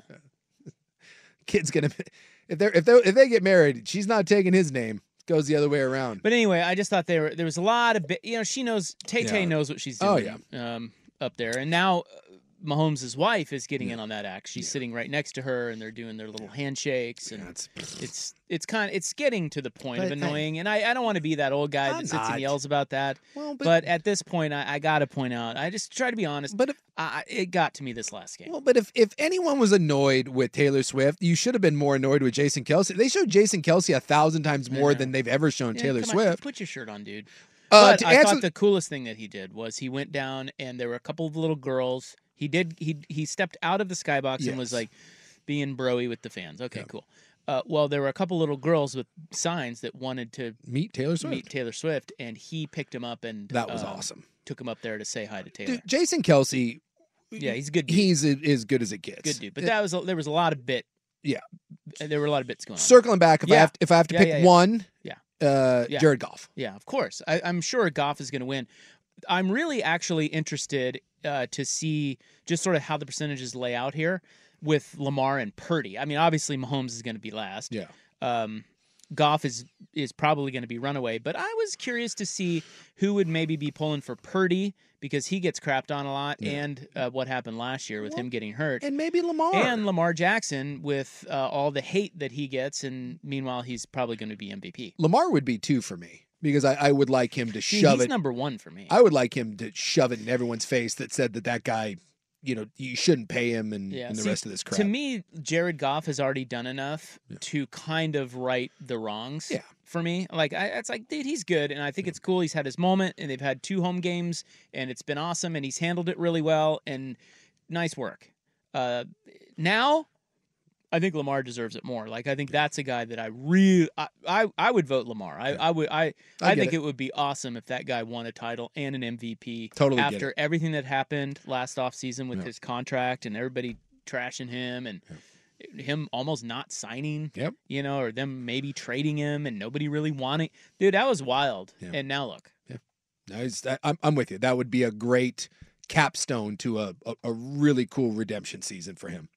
Speaker 3: Kid's going to, if they're, if they if they get married, she's not taking his name. goes the other way around.
Speaker 2: But anyway, I just thought they were there was a lot of bi- you know she knows Tay Tay
Speaker 3: Yeah.
Speaker 2: knows what she's
Speaker 3: Oh,
Speaker 2: doing. um, up there, and now uh, Mahomes' wife is getting in on that act. She's sitting right next to her, and they're doing their little handshakes, and it's it's kind of it's getting to the point of
Speaker 3: But I-
Speaker 2: annoying. and I, I don't want to be that old guy
Speaker 3: I'm
Speaker 2: that sits
Speaker 3: not.
Speaker 2: and yells about that.
Speaker 3: Well,
Speaker 2: but,
Speaker 3: but-
Speaker 2: at this point, I, I got to point out, I just try to be honest. But I, I- it got to me this last game.
Speaker 3: Well, but if, if anyone was annoyed with Taylor Swift, you should have been more annoyed with Jason Kelsey. They showed Jason Kelsey a thousand times more than they've ever shown
Speaker 2: Yeah,
Speaker 3: Taylor
Speaker 2: come on,
Speaker 3: Swift.
Speaker 2: put your shirt on, dude.
Speaker 3: Uh,
Speaker 2: but
Speaker 3: to
Speaker 2: I
Speaker 3: answer-
Speaker 2: thought the coolest thing that he did was he went down and there were a couple of little girls. He did he he stepped out of the skybox and was
Speaker 3: Yes.
Speaker 2: like being broy with the fans. Okay, cool. Uh, well, there were a couple little girls with signs that wanted to
Speaker 3: meet Taylor Swift.
Speaker 2: Meet Taylor Swift, and he picked him up and
Speaker 3: That was
Speaker 2: um,
Speaker 3: awesome.
Speaker 2: Took him up there to say hi to Taylor.
Speaker 3: Dude, Jason Kelsey,
Speaker 2: yeah, he's a good. Dude.
Speaker 3: he's a, as good as it gets.
Speaker 2: good dude. But that was a, there was a lot of bit.
Speaker 3: Yeah.
Speaker 2: there were a lot of bits going on.
Speaker 3: Circling back, if I
Speaker 2: Yeah.
Speaker 3: have to, if I have to
Speaker 2: Yeah,
Speaker 3: pick
Speaker 2: yeah, yeah.
Speaker 3: one,
Speaker 2: Yeah.
Speaker 3: uh,
Speaker 2: Yeah.
Speaker 3: Jared Goff.
Speaker 2: Yeah, of course. I, I'm sure Goff is going to win. I'm really actually interested uh, to see just sort of how the percentages lay out here with Lamar and Purdy. I mean, obviously Mahomes is going to be last.
Speaker 3: Yeah.
Speaker 2: Um, Goff is is probably going to be runaway, but I was curious to see who would maybe be pulling for Purdy because he gets crapped on a lot, and uh, what happened last year with him getting hurt.
Speaker 3: And maybe Lamar.
Speaker 2: And Lamar Jackson with uh, all the hate that he gets, and meanwhile he's probably going to be MVP.
Speaker 3: Lamar would be two for me because I, I would like him to
Speaker 2: Dude,
Speaker 3: shove
Speaker 2: he's
Speaker 3: it.
Speaker 2: number one for me.
Speaker 3: I would like him to shove it in everyone's face that said that that guy, you know, you shouldn't pay him and, and the
Speaker 2: see,
Speaker 3: rest of this crap.
Speaker 2: To me, Jared Goff has already done enough to kind of right the wrongs.
Speaker 3: Yeah.
Speaker 2: For me, like I, it's like, dude, he's good, and I think it's cool. He's had his moment, and they've had two home games, and it's been awesome, and he's handled it really well, and nice work. Uh, now, I think Lamar deserves it more. Like I think that's a guy that I really, I, I, I would vote Lamar. I, I would, I,
Speaker 3: I
Speaker 2: I,
Speaker 3: get
Speaker 2: think
Speaker 3: it.
Speaker 2: it. would be awesome if that guy won a title and an MVP.
Speaker 3: Totally get
Speaker 2: after
Speaker 3: it.
Speaker 2: everything that happened last offseason with his contract and everybody trashing him and him almost not signing.
Speaker 3: Yep.
Speaker 2: You know, or them maybe trading him and nobody really wanting. Dude, that was wild.
Speaker 3: Yeah.
Speaker 2: And now look.
Speaker 3: No, it's- I- I'm, I'm with you. That would be a great capstone to a, a, a really cool redemption season for him.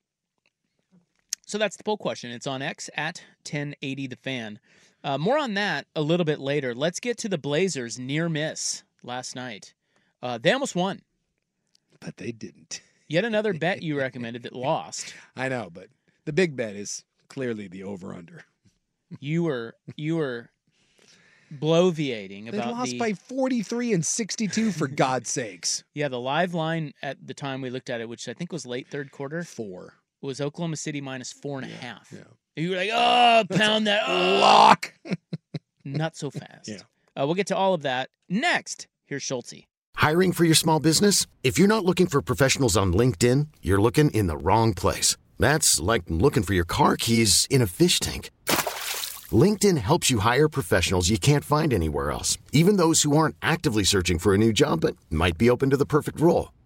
Speaker 2: So that's the poll question. It's on X at 1080 the fan. Uh, more on that a little bit later. Let's get to the Blazers near miss last night. Uh, they almost won.
Speaker 3: But they didn't.
Speaker 2: Yet another bet you recommended that lost.
Speaker 3: I know, but the big bet is clearly the over under.
Speaker 2: You were you were bloviating
Speaker 3: They
Speaker 2: about
Speaker 3: lost
Speaker 2: the
Speaker 3: by 43 and 62, for God's sakes.
Speaker 2: yeah the live line at the time we looked at it, which I think was late third quarter,
Speaker 3: Four.
Speaker 2: was Oklahoma City minus four and a half.
Speaker 3: Yeah.
Speaker 2: And You were like, oh, pound
Speaker 3: Uh,
Speaker 2: that oh."
Speaker 3: Lock.
Speaker 2: Not so fast.
Speaker 3: Yeah.
Speaker 2: Uh, we'll get to all of that next. Here's Schulte.
Speaker 9: Hiring for your small business? If you're not looking for professionals on LinkedIn, you're looking in the wrong place. That's like looking for your car keys in a fish tank. LinkedIn helps you hire professionals you can't find anywhere else, even those who aren't actively searching for a new job but might be open to the perfect role.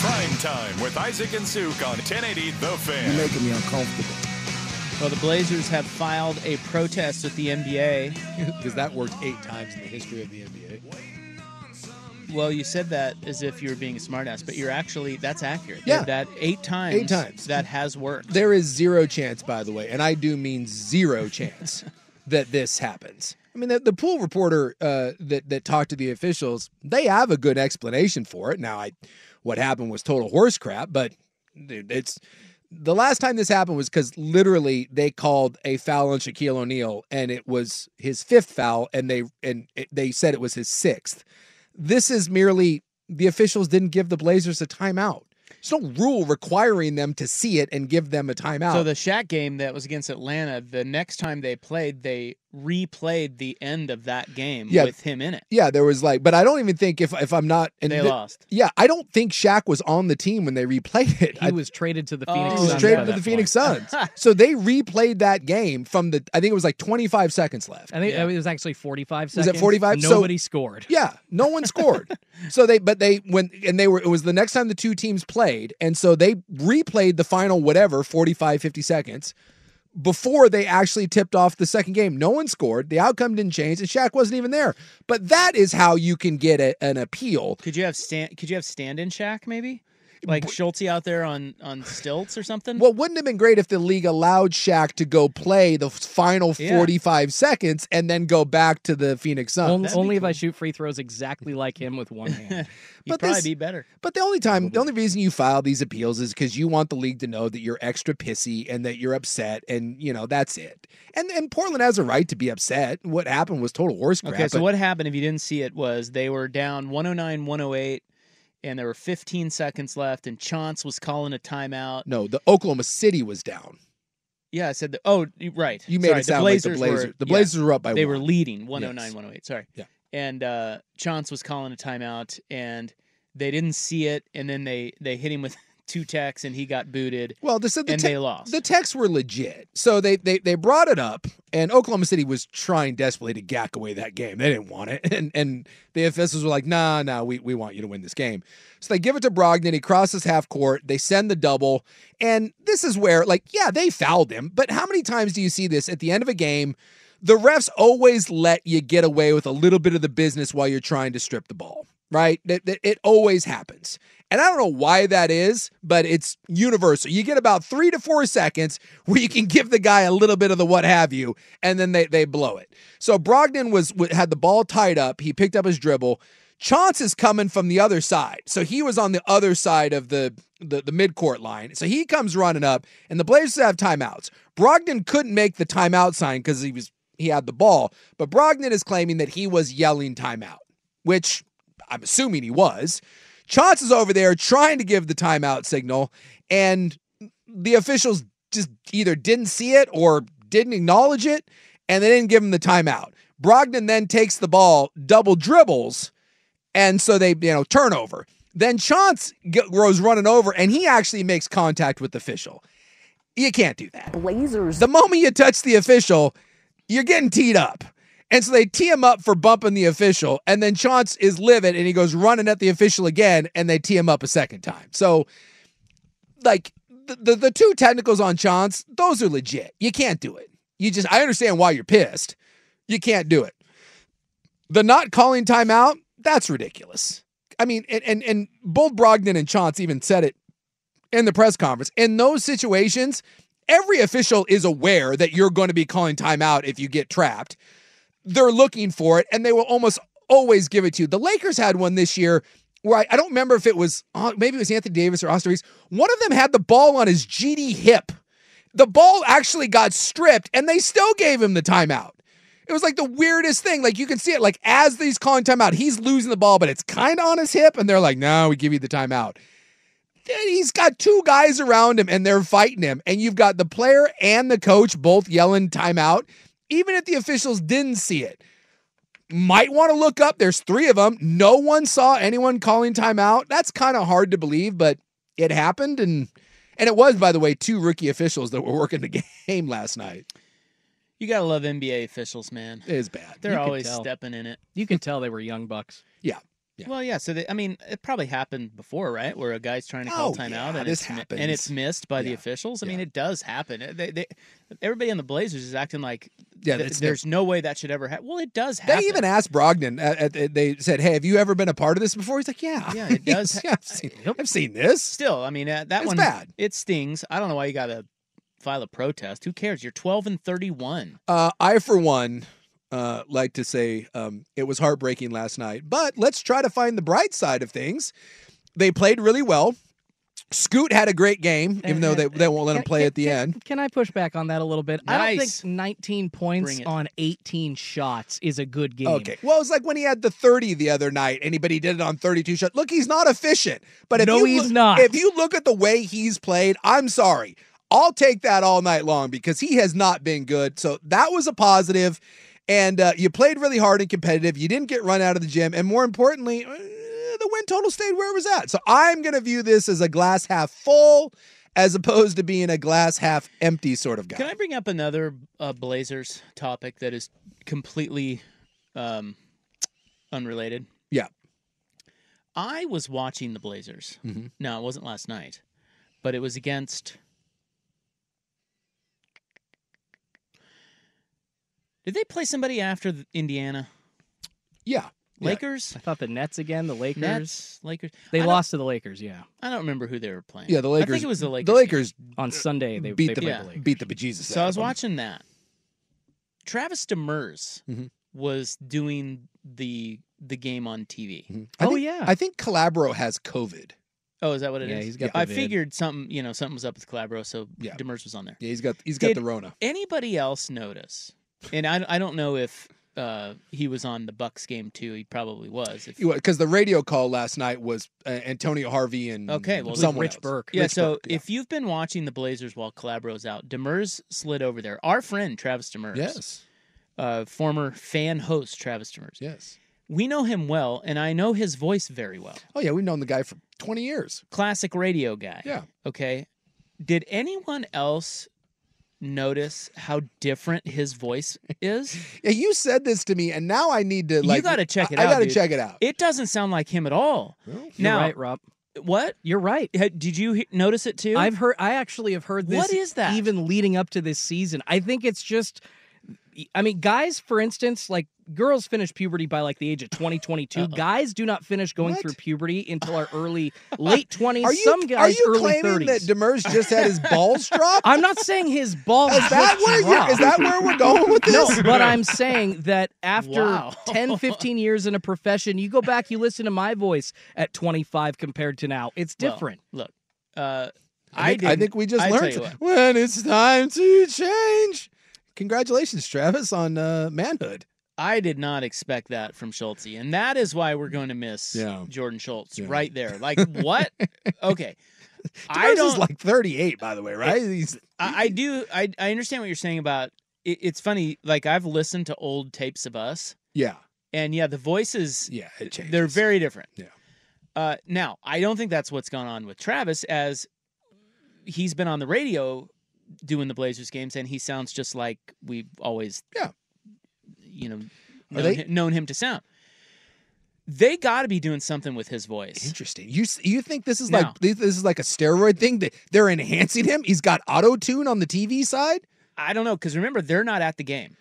Speaker 5: Prime time with Isaac and Suk on 1080 The Fan.
Speaker 10: Making me uncomfortable.
Speaker 2: Well, the Blazers have filed a protest with the NBA
Speaker 3: because that worked eight times in the history of the NBA.
Speaker 2: Well, you said that as if you were being a smartass, but you're actually that's accurate.
Speaker 3: Yeah.
Speaker 2: that eight times.
Speaker 3: Eight times.
Speaker 2: that has worked.
Speaker 3: There is zero chance, by the way, and I do mean zero chance that this happens. I mean, the, the pool reporter uh, that that talked to the officials, they have a good explanation for it. Now, I what happened was total horse crap, but dude, it's the last time this happened was because literally they called a foul on Shaquille O'Neal, and it was his fifth foul, and they and it, they said it was his sixth. This is merely the officials didn't give the Blazers a timeout. There's no rule requiring them to see it and give them a timeout.
Speaker 2: So the Shaq game that was against Atlanta, the next time they played, they replayed the end of that game
Speaker 3: Yeah.
Speaker 2: with him in it.
Speaker 3: yeah, there was like, but I don't even think if if I'm not and
Speaker 2: They
Speaker 3: thi-
Speaker 2: lost.
Speaker 3: Yeah, I don't think Shaq was on the team when they replayed it.
Speaker 8: He
Speaker 3: I-
Speaker 8: was traded to the
Speaker 2: Oh.
Speaker 8: Phoenix
Speaker 3: He
Speaker 8: Suns.
Speaker 3: was
Speaker 8: by
Speaker 3: traded to
Speaker 8: that
Speaker 3: the Phoenix
Speaker 8: point.
Speaker 3: Suns. so they replayed that game from the I think it was like 25 seconds left.
Speaker 8: I think it was actually 45
Speaker 3: Was it
Speaker 8: seconds.
Speaker 3: 45? So-
Speaker 8: Nobody scored.
Speaker 3: Yeah, no one scored. so they, but they when and they were it was the next time the two teams played, and so they replayed the final whatever 45, 50 seconds before they actually tipped off the second game. No one scored. The outcome didn't change, and Shaq wasn't even there. But that is how you can get a, an appeal.
Speaker 2: Could you have stand? Could you have stand-in Shaq maybe? Like Schulte out there on on stilts or something?
Speaker 3: Well, wouldn't it have been great if the league allowed Shaq to go play the final
Speaker 2: Yeah.
Speaker 3: 45 seconds and then go back to the Phoenix Suns?
Speaker 8: Only, only if I shoot free throws exactly like him with one hand.
Speaker 2: He'd
Speaker 3: but
Speaker 2: probably
Speaker 3: this-
Speaker 2: be better.
Speaker 3: But the only time,
Speaker 2: Mm-hmm.
Speaker 3: the only reason you file these appeals is because you want the league to know that you're extra pissy and that you're upset, and you know that's it. And and Portland has a right to be upset. What happened was total horse crap.
Speaker 2: Okay, so
Speaker 3: but-
Speaker 2: what happened if you didn't see it was they were down 109, 108, and there were 15 seconds left, and Chance was calling a timeout.
Speaker 3: No, the Oklahoma City was down.
Speaker 2: Yeah, I said the oh y- right.
Speaker 3: You made
Speaker 2: Sorry,
Speaker 3: it sound like the
Speaker 2: were-
Speaker 3: Blazers- the
Speaker 2: yeah,
Speaker 3: Blazers were up by
Speaker 2: They
Speaker 3: one.
Speaker 2: were leading 109,
Speaker 3: Yes.
Speaker 2: 108. Sorry.
Speaker 3: Yeah.
Speaker 2: And uh Chance was calling a timeout and they didn't see it and then they they hit him with two tacks and he got booted.
Speaker 3: Well, they said the
Speaker 2: and
Speaker 3: te-
Speaker 2: they lost.
Speaker 3: The texts were legit, so they, they they brought it up, and Oklahoma City was trying desperately to gack away that game. They didn't want it, and and the officials were like, "Nah, nah, we we want you to win this game." So they give it to Brogdon. He crosses half court. They send the double, and this is where, like, yeah, they fouled him, but how many times do you see this at the end of a game? The refs always let you get away with a little bit of the business while you're trying to strip the ball, right? That, that it always happens. And I don't know why that is, but it's universal. You get about three to four seconds where you can give the guy a little bit of the what have you, and then they they blow it. So Brogdon was w- had the ball tied up. He picked up his dribble. Chance is coming from the other side, so he was on the other side of the the, the midcourt line. So he comes running up, and the Blazers have timeouts. Brogdon couldn't make the timeout sign because he was he had the ball, but Brogdon is claiming that he was yelling timeout, which I'm assuming he was. Chance is over there trying to give the timeout signal, and the officials just either didn't see it or didn't acknowledge it, and they didn't give him the timeout. Brogdon then takes the ball, double dribbles, and so they, you know, turnover. Then Chance g- goes running over, and he actually makes contact with the official. You can't do that. Blazers. The moment you touch the official, you're getting teed up. And so they tee him up for bumping the official, and then Chance is livid and he goes running at the official again, and they tee him up a second time. So, like the the, the two technicals on Chance, those are legit. You can't do it. You just I understand why you're pissed. You can't do it. The not calling timeout, that's ridiculous. I mean, and and, and both Brogdon and Chance even said it in the press conference. In those situations, every official is aware that you're going to be calling timeout if you get trapped. They're looking for it, and they will almost always give it to you. The Lakers had one this year where I, I don't remember if it was uh, maybe it was Anthony Davis or Austin Reeves. One of them had the ball on his GD hip. The ball actually got stripped, and they still gave him the timeout. It was like the weirdest thing. Like you can see it, like as these calling timeout, he's losing the ball, but it's kind of on his hip, and they're like, "No, we give you the timeout." And he's got two guys around him and they're fighting him. And you've got the player and the coach both yelling timeout, even if the officials didn't see it. Might want to look up. There's three of them. No one saw anyone calling timeout. That's kind of hard to believe, but it happened. And and it was, by the way, two rookie officials that were working the game last night.
Speaker 2: You gotta love NBA officials, man.
Speaker 3: It is bad.
Speaker 2: They're
Speaker 8: You could
Speaker 2: always
Speaker 8: tell.
Speaker 2: stepping in it.
Speaker 8: You can tell they were young bucks.
Speaker 3: Yeah. Yeah.
Speaker 2: Well, yeah. So they, I mean, it probably happened before, right? Where a guy's trying to call
Speaker 3: Oh,
Speaker 2: timeout
Speaker 3: yeah,
Speaker 2: and
Speaker 3: this
Speaker 2: it's mi-
Speaker 3: happens.
Speaker 2: and it's missed by the
Speaker 3: Yeah,
Speaker 2: officials. I mean,
Speaker 3: yeah.
Speaker 2: it does happen. Uh, They, they, everybody on the Blazers is acting like
Speaker 3: Yeah,
Speaker 2: th-
Speaker 3: it's
Speaker 2: there's no way that should ever happen. Well, it does happen.
Speaker 3: They even asked Brogdon. uh, uh, they said, "Hey, have you ever been a part of this before?" He's like, "Yeah,
Speaker 2: Yeah, it does ha-
Speaker 3: yeah, I've seen, I've seen this."
Speaker 2: Still, I mean, uh, that
Speaker 3: It's
Speaker 2: one
Speaker 3: bad.
Speaker 2: It stings. I don't know why you gotta file a protest. Who cares? You're 12 and 31.
Speaker 3: Uh, I, for one, uh, like to say um, it was heartbreaking last night, but let's try to find the bright side of things. They played really well. Scoot had a great game,
Speaker 2: Eh,
Speaker 3: even though they, they won't let him play at the end.
Speaker 8: Can I push back on that a little bit? I don't
Speaker 3: Nice.
Speaker 8: think 19 points
Speaker 3: Bring it.
Speaker 8: on 18 shots is a good game.
Speaker 3: Okay. Well, it was like when he had the 30 the other night, and he, but he did it on 32 shots. Look, he's not efficient. But if
Speaker 8: No,
Speaker 3: you
Speaker 8: he's
Speaker 3: look,
Speaker 8: not.
Speaker 3: If you look at the way he's played, I'm sorry. I'll take that all night long because he has not been good. So that was a positive, And uh, you played really hard and competitive. You didn't get run out of the gym. And more importantly, uh, the win total stayed where it was at. So I'm going to view this as a glass half full as opposed to being a glass half empty sort of guy.
Speaker 2: Can I bring up another uh, Blazers topic that is completely um, unrelated?
Speaker 3: Yeah.
Speaker 2: I was watching the Blazers.
Speaker 3: Mhm.
Speaker 2: No, it wasn't last night, but it was against. Did they play somebody after the- Indiana?
Speaker 3: Yeah.
Speaker 2: Lakers?
Speaker 8: I thought the Nets again, the Lakers.
Speaker 2: Nets, Lakers.
Speaker 8: They
Speaker 2: I don't-
Speaker 8: lost to the Lakers, yeah.
Speaker 2: I don't remember who they were playing.
Speaker 3: Yeah, the Lakers.
Speaker 2: I think it was the Lakers.
Speaker 3: The Lakers
Speaker 8: on Sunday they
Speaker 3: beat
Speaker 8: they
Speaker 3: the
Speaker 8: played
Speaker 2: the Lakers.
Speaker 3: beat the bejesus.
Speaker 2: So
Speaker 3: out
Speaker 2: I
Speaker 3: of
Speaker 2: was
Speaker 3: them.
Speaker 2: watching that. Travis Demers
Speaker 3: Mhm.
Speaker 2: was doing the the game on TV.
Speaker 3: Mm-hmm. I think- I think Calabro has COVID.
Speaker 2: Oh, is that what it is?
Speaker 3: Yeah, he's got the
Speaker 2: I
Speaker 3: vid.
Speaker 2: figured something, you know, something was up with Calabro, so
Speaker 3: Yeah.
Speaker 2: Demers was on there.
Speaker 3: Yeah, he's got he's got
Speaker 2: Did
Speaker 3: the Rona.
Speaker 2: Anybody else notice? And I, I don't know if uh, he was on the Bucks game too. He probably was. If,
Speaker 3: Because the radio call last night was uh, Antonio Harvey and
Speaker 2: okay, well,
Speaker 3: someone else.
Speaker 2: Yeah,
Speaker 3: Rich
Speaker 2: so
Speaker 3: Burke, yeah.
Speaker 2: if you've been watching the Blazers while Calabro's out, Demers slid over there. Our friend Travis Demers.
Speaker 3: Yes.
Speaker 2: Uh, former fan host Travis Demers.
Speaker 3: Yes.
Speaker 2: We know him well, and I know his voice very well.
Speaker 3: oh yeah, we've known the guy for twenty years.
Speaker 2: classic radio guy. Yeah. Okay. Did anyone else notice how different his voice is?
Speaker 3: Yeah, you said this to me, and now I need to like
Speaker 2: you got to check it
Speaker 3: I,
Speaker 2: out.
Speaker 3: I gotta
Speaker 2: dude.
Speaker 3: check it out.
Speaker 2: It doesn't sound like him at all.
Speaker 3: You're
Speaker 2: now,
Speaker 8: right, Rob.
Speaker 2: What?
Speaker 8: You're right.
Speaker 2: Did you he- notice it too?
Speaker 8: I've heard. I actually have heard this.
Speaker 2: What is that?
Speaker 8: Even leading up to this season, I think it's just. I mean, guys, for instance, like girls finish puberty by like the age of 20, 22. Guys do not finish going
Speaker 3: What?
Speaker 8: through puberty until our early, late 20s.
Speaker 3: Are you
Speaker 8: Some guys
Speaker 3: are you
Speaker 8: early
Speaker 3: claiming
Speaker 8: 30s.
Speaker 3: that Demers just had his balls dropped?
Speaker 8: I'm not saying his balls.
Speaker 3: Is that
Speaker 8: just
Speaker 3: where you-
Speaker 8: dropped.
Speaker 3: is that where we're going with this?
Speaker 8: No, but I'm saying that after
Speaker 3: Wow.
Speaker 8: 10, 15 years in a profession, you go back, you listen to my voice at 25 compared to now. It's
Speaker 2: Well,
Speaker 8: different.
Speaker 2: look, uh,
Speaker 3: I think, I
Speaker 2: didn't-
Speaker 3: think we just
Speaker 2: I tell
Speaker 3: learned
Speaker 2: you
Speaker 3: it.
Speaker 2: what.
Speaker 3: when it's time to change. Congratulations, Travis, on uh, manhood.
Speaker 2: I did not expect that from Schultze, and that is why we're going to miss
Speaker 3: Yeah.
Speaker 2: Jordan Schultz right there. Like what? okay, I
Speaker 3: Demers is
Speaker 2: don't
Speaker 3: like 38, by the way, right? He's
Speaker 2: I, I do. I I understand what you're saying about. It, it's funny. Like I've listened to old tapes of us,
Speaker 3: yeah,
Speaker 2: and yeah, the voices.
Speaker 3: Yeah, it changes.
Speaker 2: They're very different.
Speaker 3: Yeah.
Speaker 2: Uh, now I don't think that's what's gone on with Travis, as he's been on the radio doing the Blazers games, and he sounds just like we've always.
Speaker 3: Yeah.
Speaker 2: You know,
Speaker 3: Are
Speaker 2: known,
Speaker 3: they-
Speaker 2: him, known him to sound. They got to be doing something with his voice.
Speaker 3: Interesting. You s- you think this is
Speaker 2: No.
Speaker 3: like this, this is like a steroid thing that they're enhancing him? He's got auto tune on the TV side.
Speaker 2: I don't know because remember they're not at the game.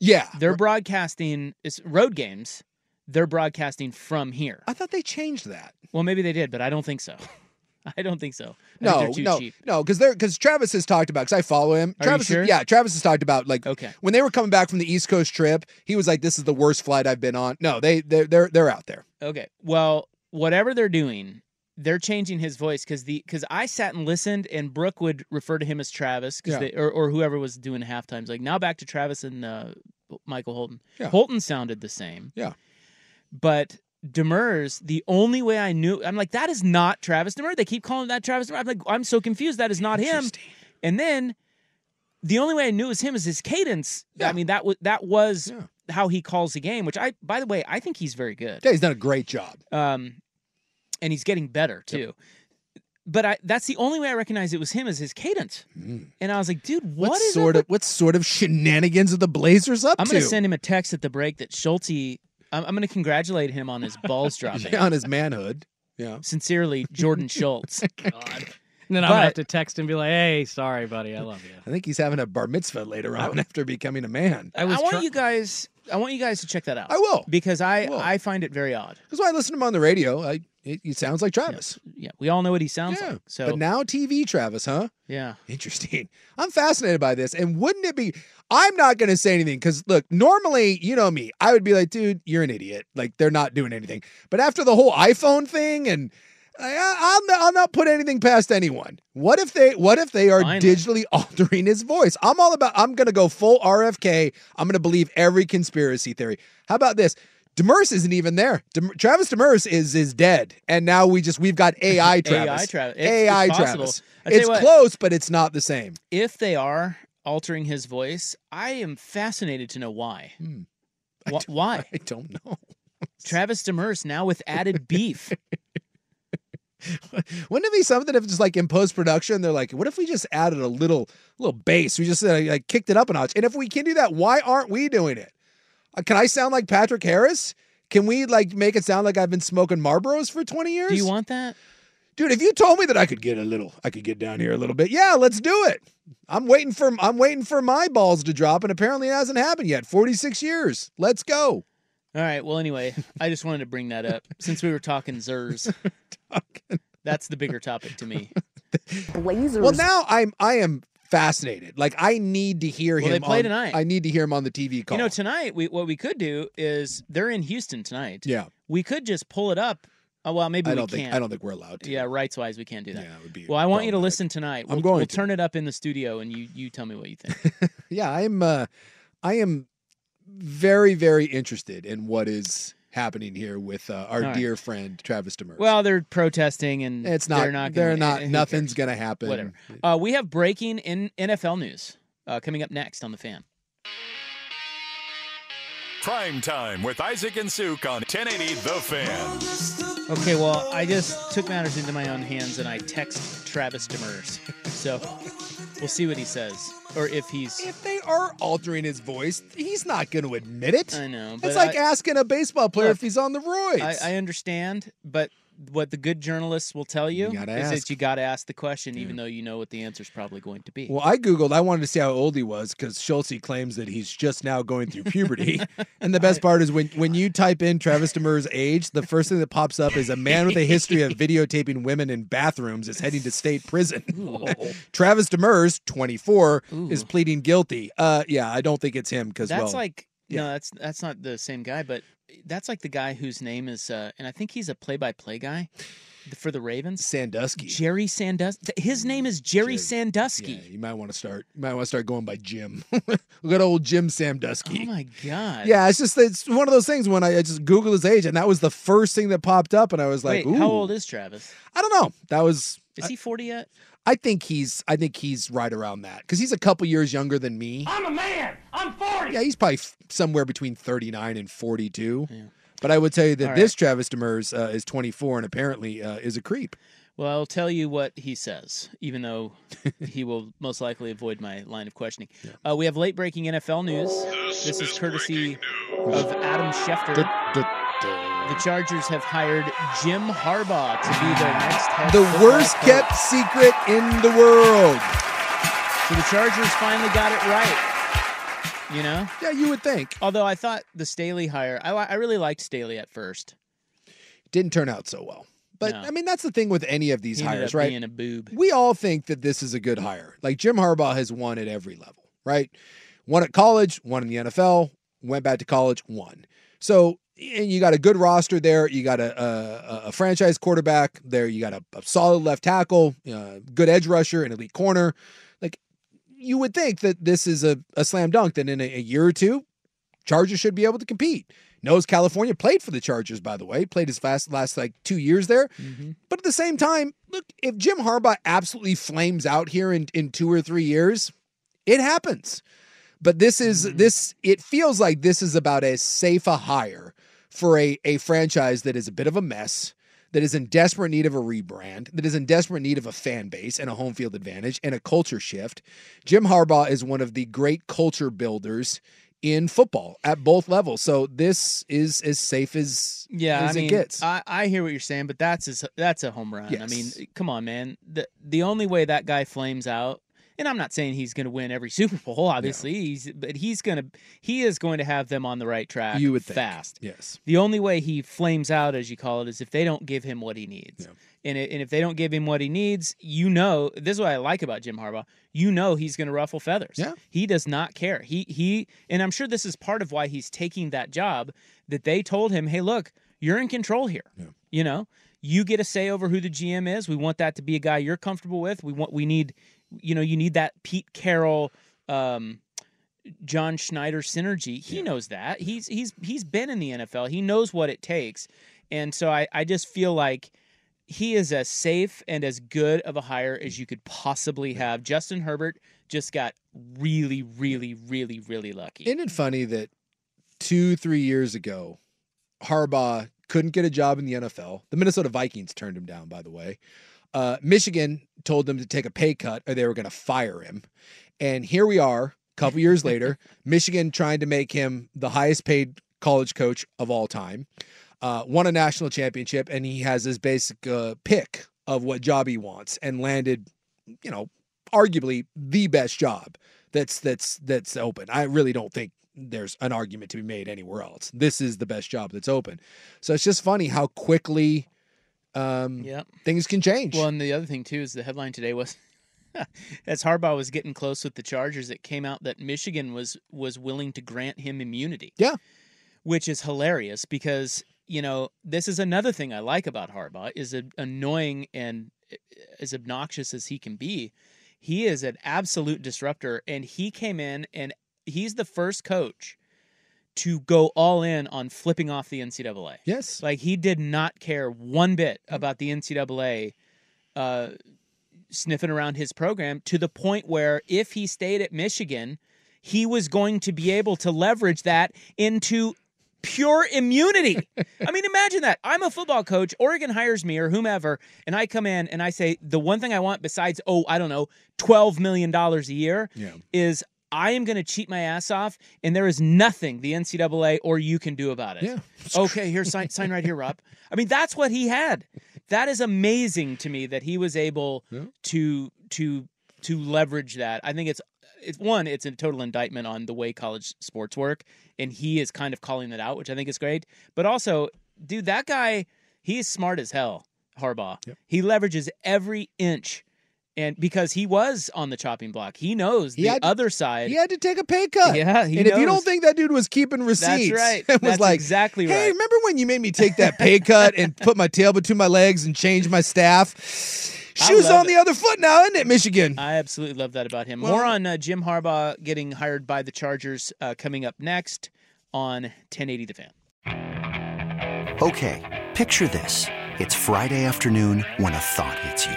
Speaker 3: Yeah,
Speaker 2: They're broadcasting it's road games. They're broadcasting from here.
Speaker 3: I thought they changed that.
Speaker 2: Well, maybe they did, but I don't think so. I don't think so. I think
Speaker 3: No,
Speaker 2: they're too
Speaker 3: no,
Speaker 2: cheap.
Speaker 3: no, because they're because Travis has talked about because I follow him.
Speaker 2: Are you
Speaker 3: Travis,
Speaker 2: sure?
Speaker 3: has, yeah, Travis has talked about like
Speaker 2: Okay.
Speaker 3: when they were coming back from the East Coast trip, he was like, "This is the worst flight I've been on." No, they they they're they're out there.
Speaker 2: Okay. Well, whatever they're doing, they're changing his voice because the because I sat and listened, and Brooke would refer to him as Travis 'cause
Speaker 3: Yeah.
Speaker 2: they, or or whoever was doing halftimes. Like now back to Travis and uh, Michael Holton.
Speaker 3: Yeah.
Speaker 2: Holton sounded the same.
Speaker 3: Yeah.
Speaker 2: But Demers, the only way I knew, I'm like, that is not Travis Demers. They keep calling that Travis Demers. I'm like, I'm so confused. That is not him. And then the only way I knew it was him is his cadence. I mean, that was that was how he calls the game. Which I, by the way, I think he's very good.
Speaker 3: Yeah, he's done a great job.
Speaker 2: Um, and he's getting better too. But I, that's the only way I recognized it was him is his cadence. And I was like, dude,
Speaker 3: Mm. What,
Speaker 2: what is
Speaker 3: sort
Speaker 2: up
Speaker 3: of what sort of shenanigans are the Blazers up
Speaker 2: I'm
Speaker 3: to?
Speaker 2: gonna send him a text at the break that Schulte. I'm, I'm gonna congratulate him on his balls dropping.
Speaker 3: Yeah, on his manhood. Yeah.
Speaker 2: Sincerely, Jordan Schultz.
Speaker 8: And then I'm gonna have
Speaker 2: But-
Speaker 8: to text and be like, "Hey, sorry, buddy, I love you."
Speaker 3: I think he's having a bar mitzvah later
Speaker 2: Oh.
Speaker 3: on after becoming a man.
Speaker 2: I, want you guys. I want you guys to check that out.
Speaker 3: I will.
Speaker 2: because I I find it very odd.
Speaker 3: That's why I listen to him on the radio. I it, it sounds like Travis.
Speaker 2: Yeah, we all know what he sounds
Speaker 3: Yeah.
Speaker 2: like. So
Speaker 3: But now TV Travis, huh?
Speaker 2: yeah,
Speaker 3: Interesting. I'm fascinated by this. And wouldn't it be I'm not gonna say anything because look, normally, you know me, I would be like, dude, you're an idiot. Like they're not doing anything. But after the whole iPhone thing and I, I'll, I'll I'll not put anything past anyone. What if they what if they are
Speaker 2: Finally.
Speaker 3: digitally altering his voice? I'm all about I'm gonna go full RFK. I'm gonna believe every conspiracy theory. How about this? Demers isn't even there. Dem- Travis Demers is is dead, and now we just we've got AI Travis.
Speaker 2: AI Travis. It's-
Speaker 3: AI
Speaker 2: it's possible.
Speaker 3: Travis.
Speaker 2: I tell you
Speaker 3: It's
Speaker 2: what.
Speaker 3: close, but it's not the same.
Speaker 2: If they are altering his voice, I am fascinated to know why. Wh- why?
Speaker 3: Hmm. I don't know.
Speaker 2: Travis Demers now with added beef.
Speaker 3: Wouldn't it be something if just like in post production they're like, what if we just added a little little bass? We just uh, like kicked it up a notch. And if we can do that, why aren't we doing it? Uh, can I sound like Patrick Harris? Can we like make it sound like I've been smoking Marlboros for twenty years?
Speaker 2: Do you want that?
Speaker 3: dude? If you told me that I could get a little, I could get down here a little bit. Yeah, let's do it. I'm waiting for I'm waiting for my balls to drop, and apparently it hasn't happened yet. Forty six years. Let's go.
Speaker 2: All right. Well, anyway, I just wanted to bring that up since we were talking Zers. That's the bigger topic to me.
Speaker 3: Blazers. Well, now I'm I am fascinated. Like I need to hear
Speaker 2: Well,
Speaker 3: him.
Speaker 2: they play
Speaker 3: on-
Speaker 2: tonight.
Speaker 3: I need to hear him on the TV call.
Speaker 2: You know, tonight we what we could do is they're in Houston tonight.
Speaker 3: yeah.
Speaker 2: We could just pull it up. Oh well, maybe
Speaker 3: I
Speaker 2: we
Speaker 3: don't
Speaker 2: can't.
Speaker 3: think I don't think we're allowed to.
Speaker 2: Yeah, rights wise, we can't do that.
Speaker 3: Yeah, that would be
Speaker 2: well, I want you to listen tonight. We'll,
Speaker 3: going
Speaker 2: We'll
Speaker 3: to.
Speaker 2: turn it up in the studio, and you you tell me what you think.
Speaker 3: Yeah, I'm uh I am very, very interested in what is happening here with uh, our
Speaker 2: All right.
Speaker 3: dear friend Travis Demers.
Speaker 2: well, they're protesting, and
Speaker 3: it's not
Speaker 2: They're not. Gonna,
Speaker 3: they're not
Speaker 2: who
Speaker 3: nothing's
Speaker 2: cares?
Speaker 3: gonna happen.
Speaker 2: Whatever. Uh, we have breaking in NFL news uh, coming up next on the fan.
Speaker 10: Prime time with Isaac and Suk on 1080 The Fan.
Speaker 2: Okay, well, I just took matters into my own hands and I text Travis Demers. So we'll see what he says, or if he's.
Speaker 3: If they are altering his voice, he's not gonna admit it.
Speaker 2: I know. But
Speaker 3: It's like
Speaker 2: I-
Speaker 3: asking a baseball player
Speaker 2: Look,
Speaker 3: if he's on the roids.
Speaker 2: I, I understand, but what the good journalists will tell you,
Speaker 3: You gotta
Speaker 2: is
Speaker 3: ask.
Speaker 2: that you got to ask the question, even though you know what the answer's probably going to be.
Speaker 3: Well, I Googled, I wanted to see how old he was because Schultze claims that he's just now going through puberty. and the best part is when, when you type in Travis Demers' age, the first thing that pops up is a man with a history of videotaping women in bathrooms is heading to state prison. Travis Demers, 24, is pleading guilty. Uh, yeah, I don't think it's him because,
Speaker 2: that's
Speaker 3: well,
Speaker 2: like no, that's that's not the same guy, but that's like the guy whose name is, uh, and I think he's a play-by-play guy for the Ravens.
Speaker 3: Sandusky.
Speaker 2: Jerry Sandusky. His name is Jerry Sandusky.
Speaker 3: you might want to start. You might want to start going by Jim. Look at old Jim Samdusky.
Speaker 2: Oh my god.
Speaker 3: Yeah, it's just it's one of those things when I, I just Google his age, and that was the first thing that popped up, and I was like,
Speaker 2: Wait, how
Speaker 3: "Ooh."
Speaker 2: old is Travis?
Speaker 3: I don't know. That was
Speaker 2: Is he 40 yet?
Speaker 3: I think he's I think he's right around that because he's a couple years younger than me.
Speaker 7: I'm a man. I'm 40.
Speaker 3: Yeah, he's probably f- somewhere between thirty nine and forty two. But I would tell you that
Speaker 2: All
Speaker 3: this Travis Demers uh, is twenty four and apparently uh, is a creep.
Speaker 2: Well, I'll tell you what he says, even though he will most likely avoid my line of questioning. Uh, we have late breaking NFL news. This, is, courtesy of Adam Schefter. The Chargers have hired Jim Harbaugh to be their next head
Speaker 3: The
Speaker 2: football
Speaker 3: worst
Speaker 2: coach.
Speaker 3: kept secret in the world.
Speaker 2: So the Chargers finally got it right. You know?
Speaker 3: Yeah, you would think.
Speaker 2: Although I thought the Staley hire, I, li- I really liked Staley at first.
Speaker 3: Didn't turn out so well. But
Speaker 2: No.
Speaker 3: I mean, that's the thing with any of these
Speaker 2: He ended
Speaker 3: hires,
Speaker 2: up
Speaker 3: right?
Speaker 2: being a boob.
Speaker 3: we all think that this is a good hire. Like Jim Harbaugh has won at every level, right? Won at college, won in the NFL, went back to college, won. So, and you got a good roster there. You got a a, a franchise quarterback there. You got a, a solid left tackle, uh, good edge rusher, an elite corner. Like you would think that this is a, a slam dunk. That in a, a year or two, Chargers should be able to compete. Knows California played for the Chargers, by the way. Played his fast last like two years there. But at the same time, look, if Jim Harbaugh absolutely flames out here in, in two or three years, it happens. But this is
Speaker 2: Mm-hmm.
Speaker 3: this it feels like this is about as safe a hire for a, a franchise that is a bit of a mess, that is in desperate need of a rebrand, that is in desperate need of a fan base and a home field advantage and a culture shift. Jim Harbaugh is one of the great culture builders in football at both levels. So this is as safe as,
Speaker 2: Yeah,
Speaker 3: as
Speaker 2: I mean,
Speaker 3: it gets.
Speaker 2: I, I hear what you're saying, but that's a, that's a home run. I mean,
Speaker 3: Yes.
Speaker 2: come on, man. The the only way that guy flames out, and I'm not saying he's going to win every Super Bowl, obviously, he's, but he's going to he is going to have them on the right track.
Speaker 3: You would think.
Speaker 2: fast.
Speaker 3: Yes.
Speaker 2: The only way he flames out, as you call it, is if they don't give him what he needs. And, it, and if they don't give him what he needs, you know, this is what I like about Jim Harbaugh. You know he's going to ruffle feathers.
Speaker 3: Yeah.
Speaker 2: He does not care. He he and I'm sure this is part of why he's taking that job that they told him, "Hey, look, you're in control here." You know, you get a say over who the GM is. We want that to be a guy you're comfortable with. We want we need you know you need that Pete Carroll, um, John Schneider synergy. He knows that he's he's he's been in the NFL. He knows what it takes, and so I I just feel like he is as safe and as good of a hire as you could possibly have. Justin Herbert just got really really really really lucky.
Speaker 3: Isn't it funny that two, three years ago, Harbaugh couldn't get a job in the NFL. The Minnesota Vikings turned him down, by the way. Uh, Michigan told them to take a pay cut or they were going to fire him. And here we are, a couple years later, Michigan trying to make him the highest paid college coach of all time. Uh, won a national championship, and he has his basic uh, pick of what job he wants and landed, you know, arguably the best job that's that's that's open. I really don't think there's an argument to be made anywhere else. This is the best job that's open. So it's just funny how quickly um
Speaker 2: Yep.
Speaker 3: things can change.
Speaker 2: Well, and the other thing too is the headline today was as Harbaugh was getting close with the Chargers, it came out that Michigan was was willing to grant him immunity.
Speaker 3: Yeah.
Speaker 2: Which is hilarious because, you know, this is another thing I like about Harbaugh is a, annoying and uh, as obnoxious as he can be, he is an absolute disruptor and he came in and he's the first coach to go all in on flipping off the NCAA.
Speaker 3: Yes. Mm.
Speaker 2: Like he did not care one bit about the NCAA uh, sniffing around his program to the point where if he stayed at Michigan, he was going to be able to leverage that into pure immunity. I mean, imagine that. I'm a football coach, Oregon hires me or whomever, and I come in and I say, the one thing I want besides, oh, I don't know, $12 million a year
Speaker 3: Yeah.
Speaker 2: is I am going to cheat my ass off, and there is nothing the NCAA or you can do about it.
Speaker 3: Yeah.
Speaker 2: okay, here, sign, sign right here, Rob. I mean, that's what he had. That is amazing to me that he was able to to to leverage that. I think it's it's one, it's a total indictment on the way college sports work, and he is kind of calling that out, which I think is great. But also, dude, that guy, he's smart as hell, Harbaugh. He leverages every inch. And because he was on the chopping block, he knows
Speaker 3: He
Speaker 2: the
Speaker 3: had to-
Speaker 2: other side.
Speaker 3: He had to take a pay cut.
Speaker 2: Yeah, he
Speaker 3: and if you don't
Speaker 2: knows.
Speaker 3: think that dude was keeping receipts,
Speaker 2: right.
Speaker 3: and was
Speaker 2: That's
Speaker 3: like,
Speaker 2: exactly
Speaker 3: Hey,
Speaker 2: right."
Speaker 3: remember when you made me take that pay cut and put my tail between my legs and change my staff? Shoes
Speaker 2: love
Speaker 3: on the other foot now, isn't it, Michigan?
Speaker 2: I absolutely love that about him.
Speaker 3: Well-
Speaker 2: More on uh, Jim Harbaugh getting hired by the Chargers uh, coming up next on 1080 The Fan.
Speaker 4: Okay, picture this. It's Friday afternoon when a thought hits you.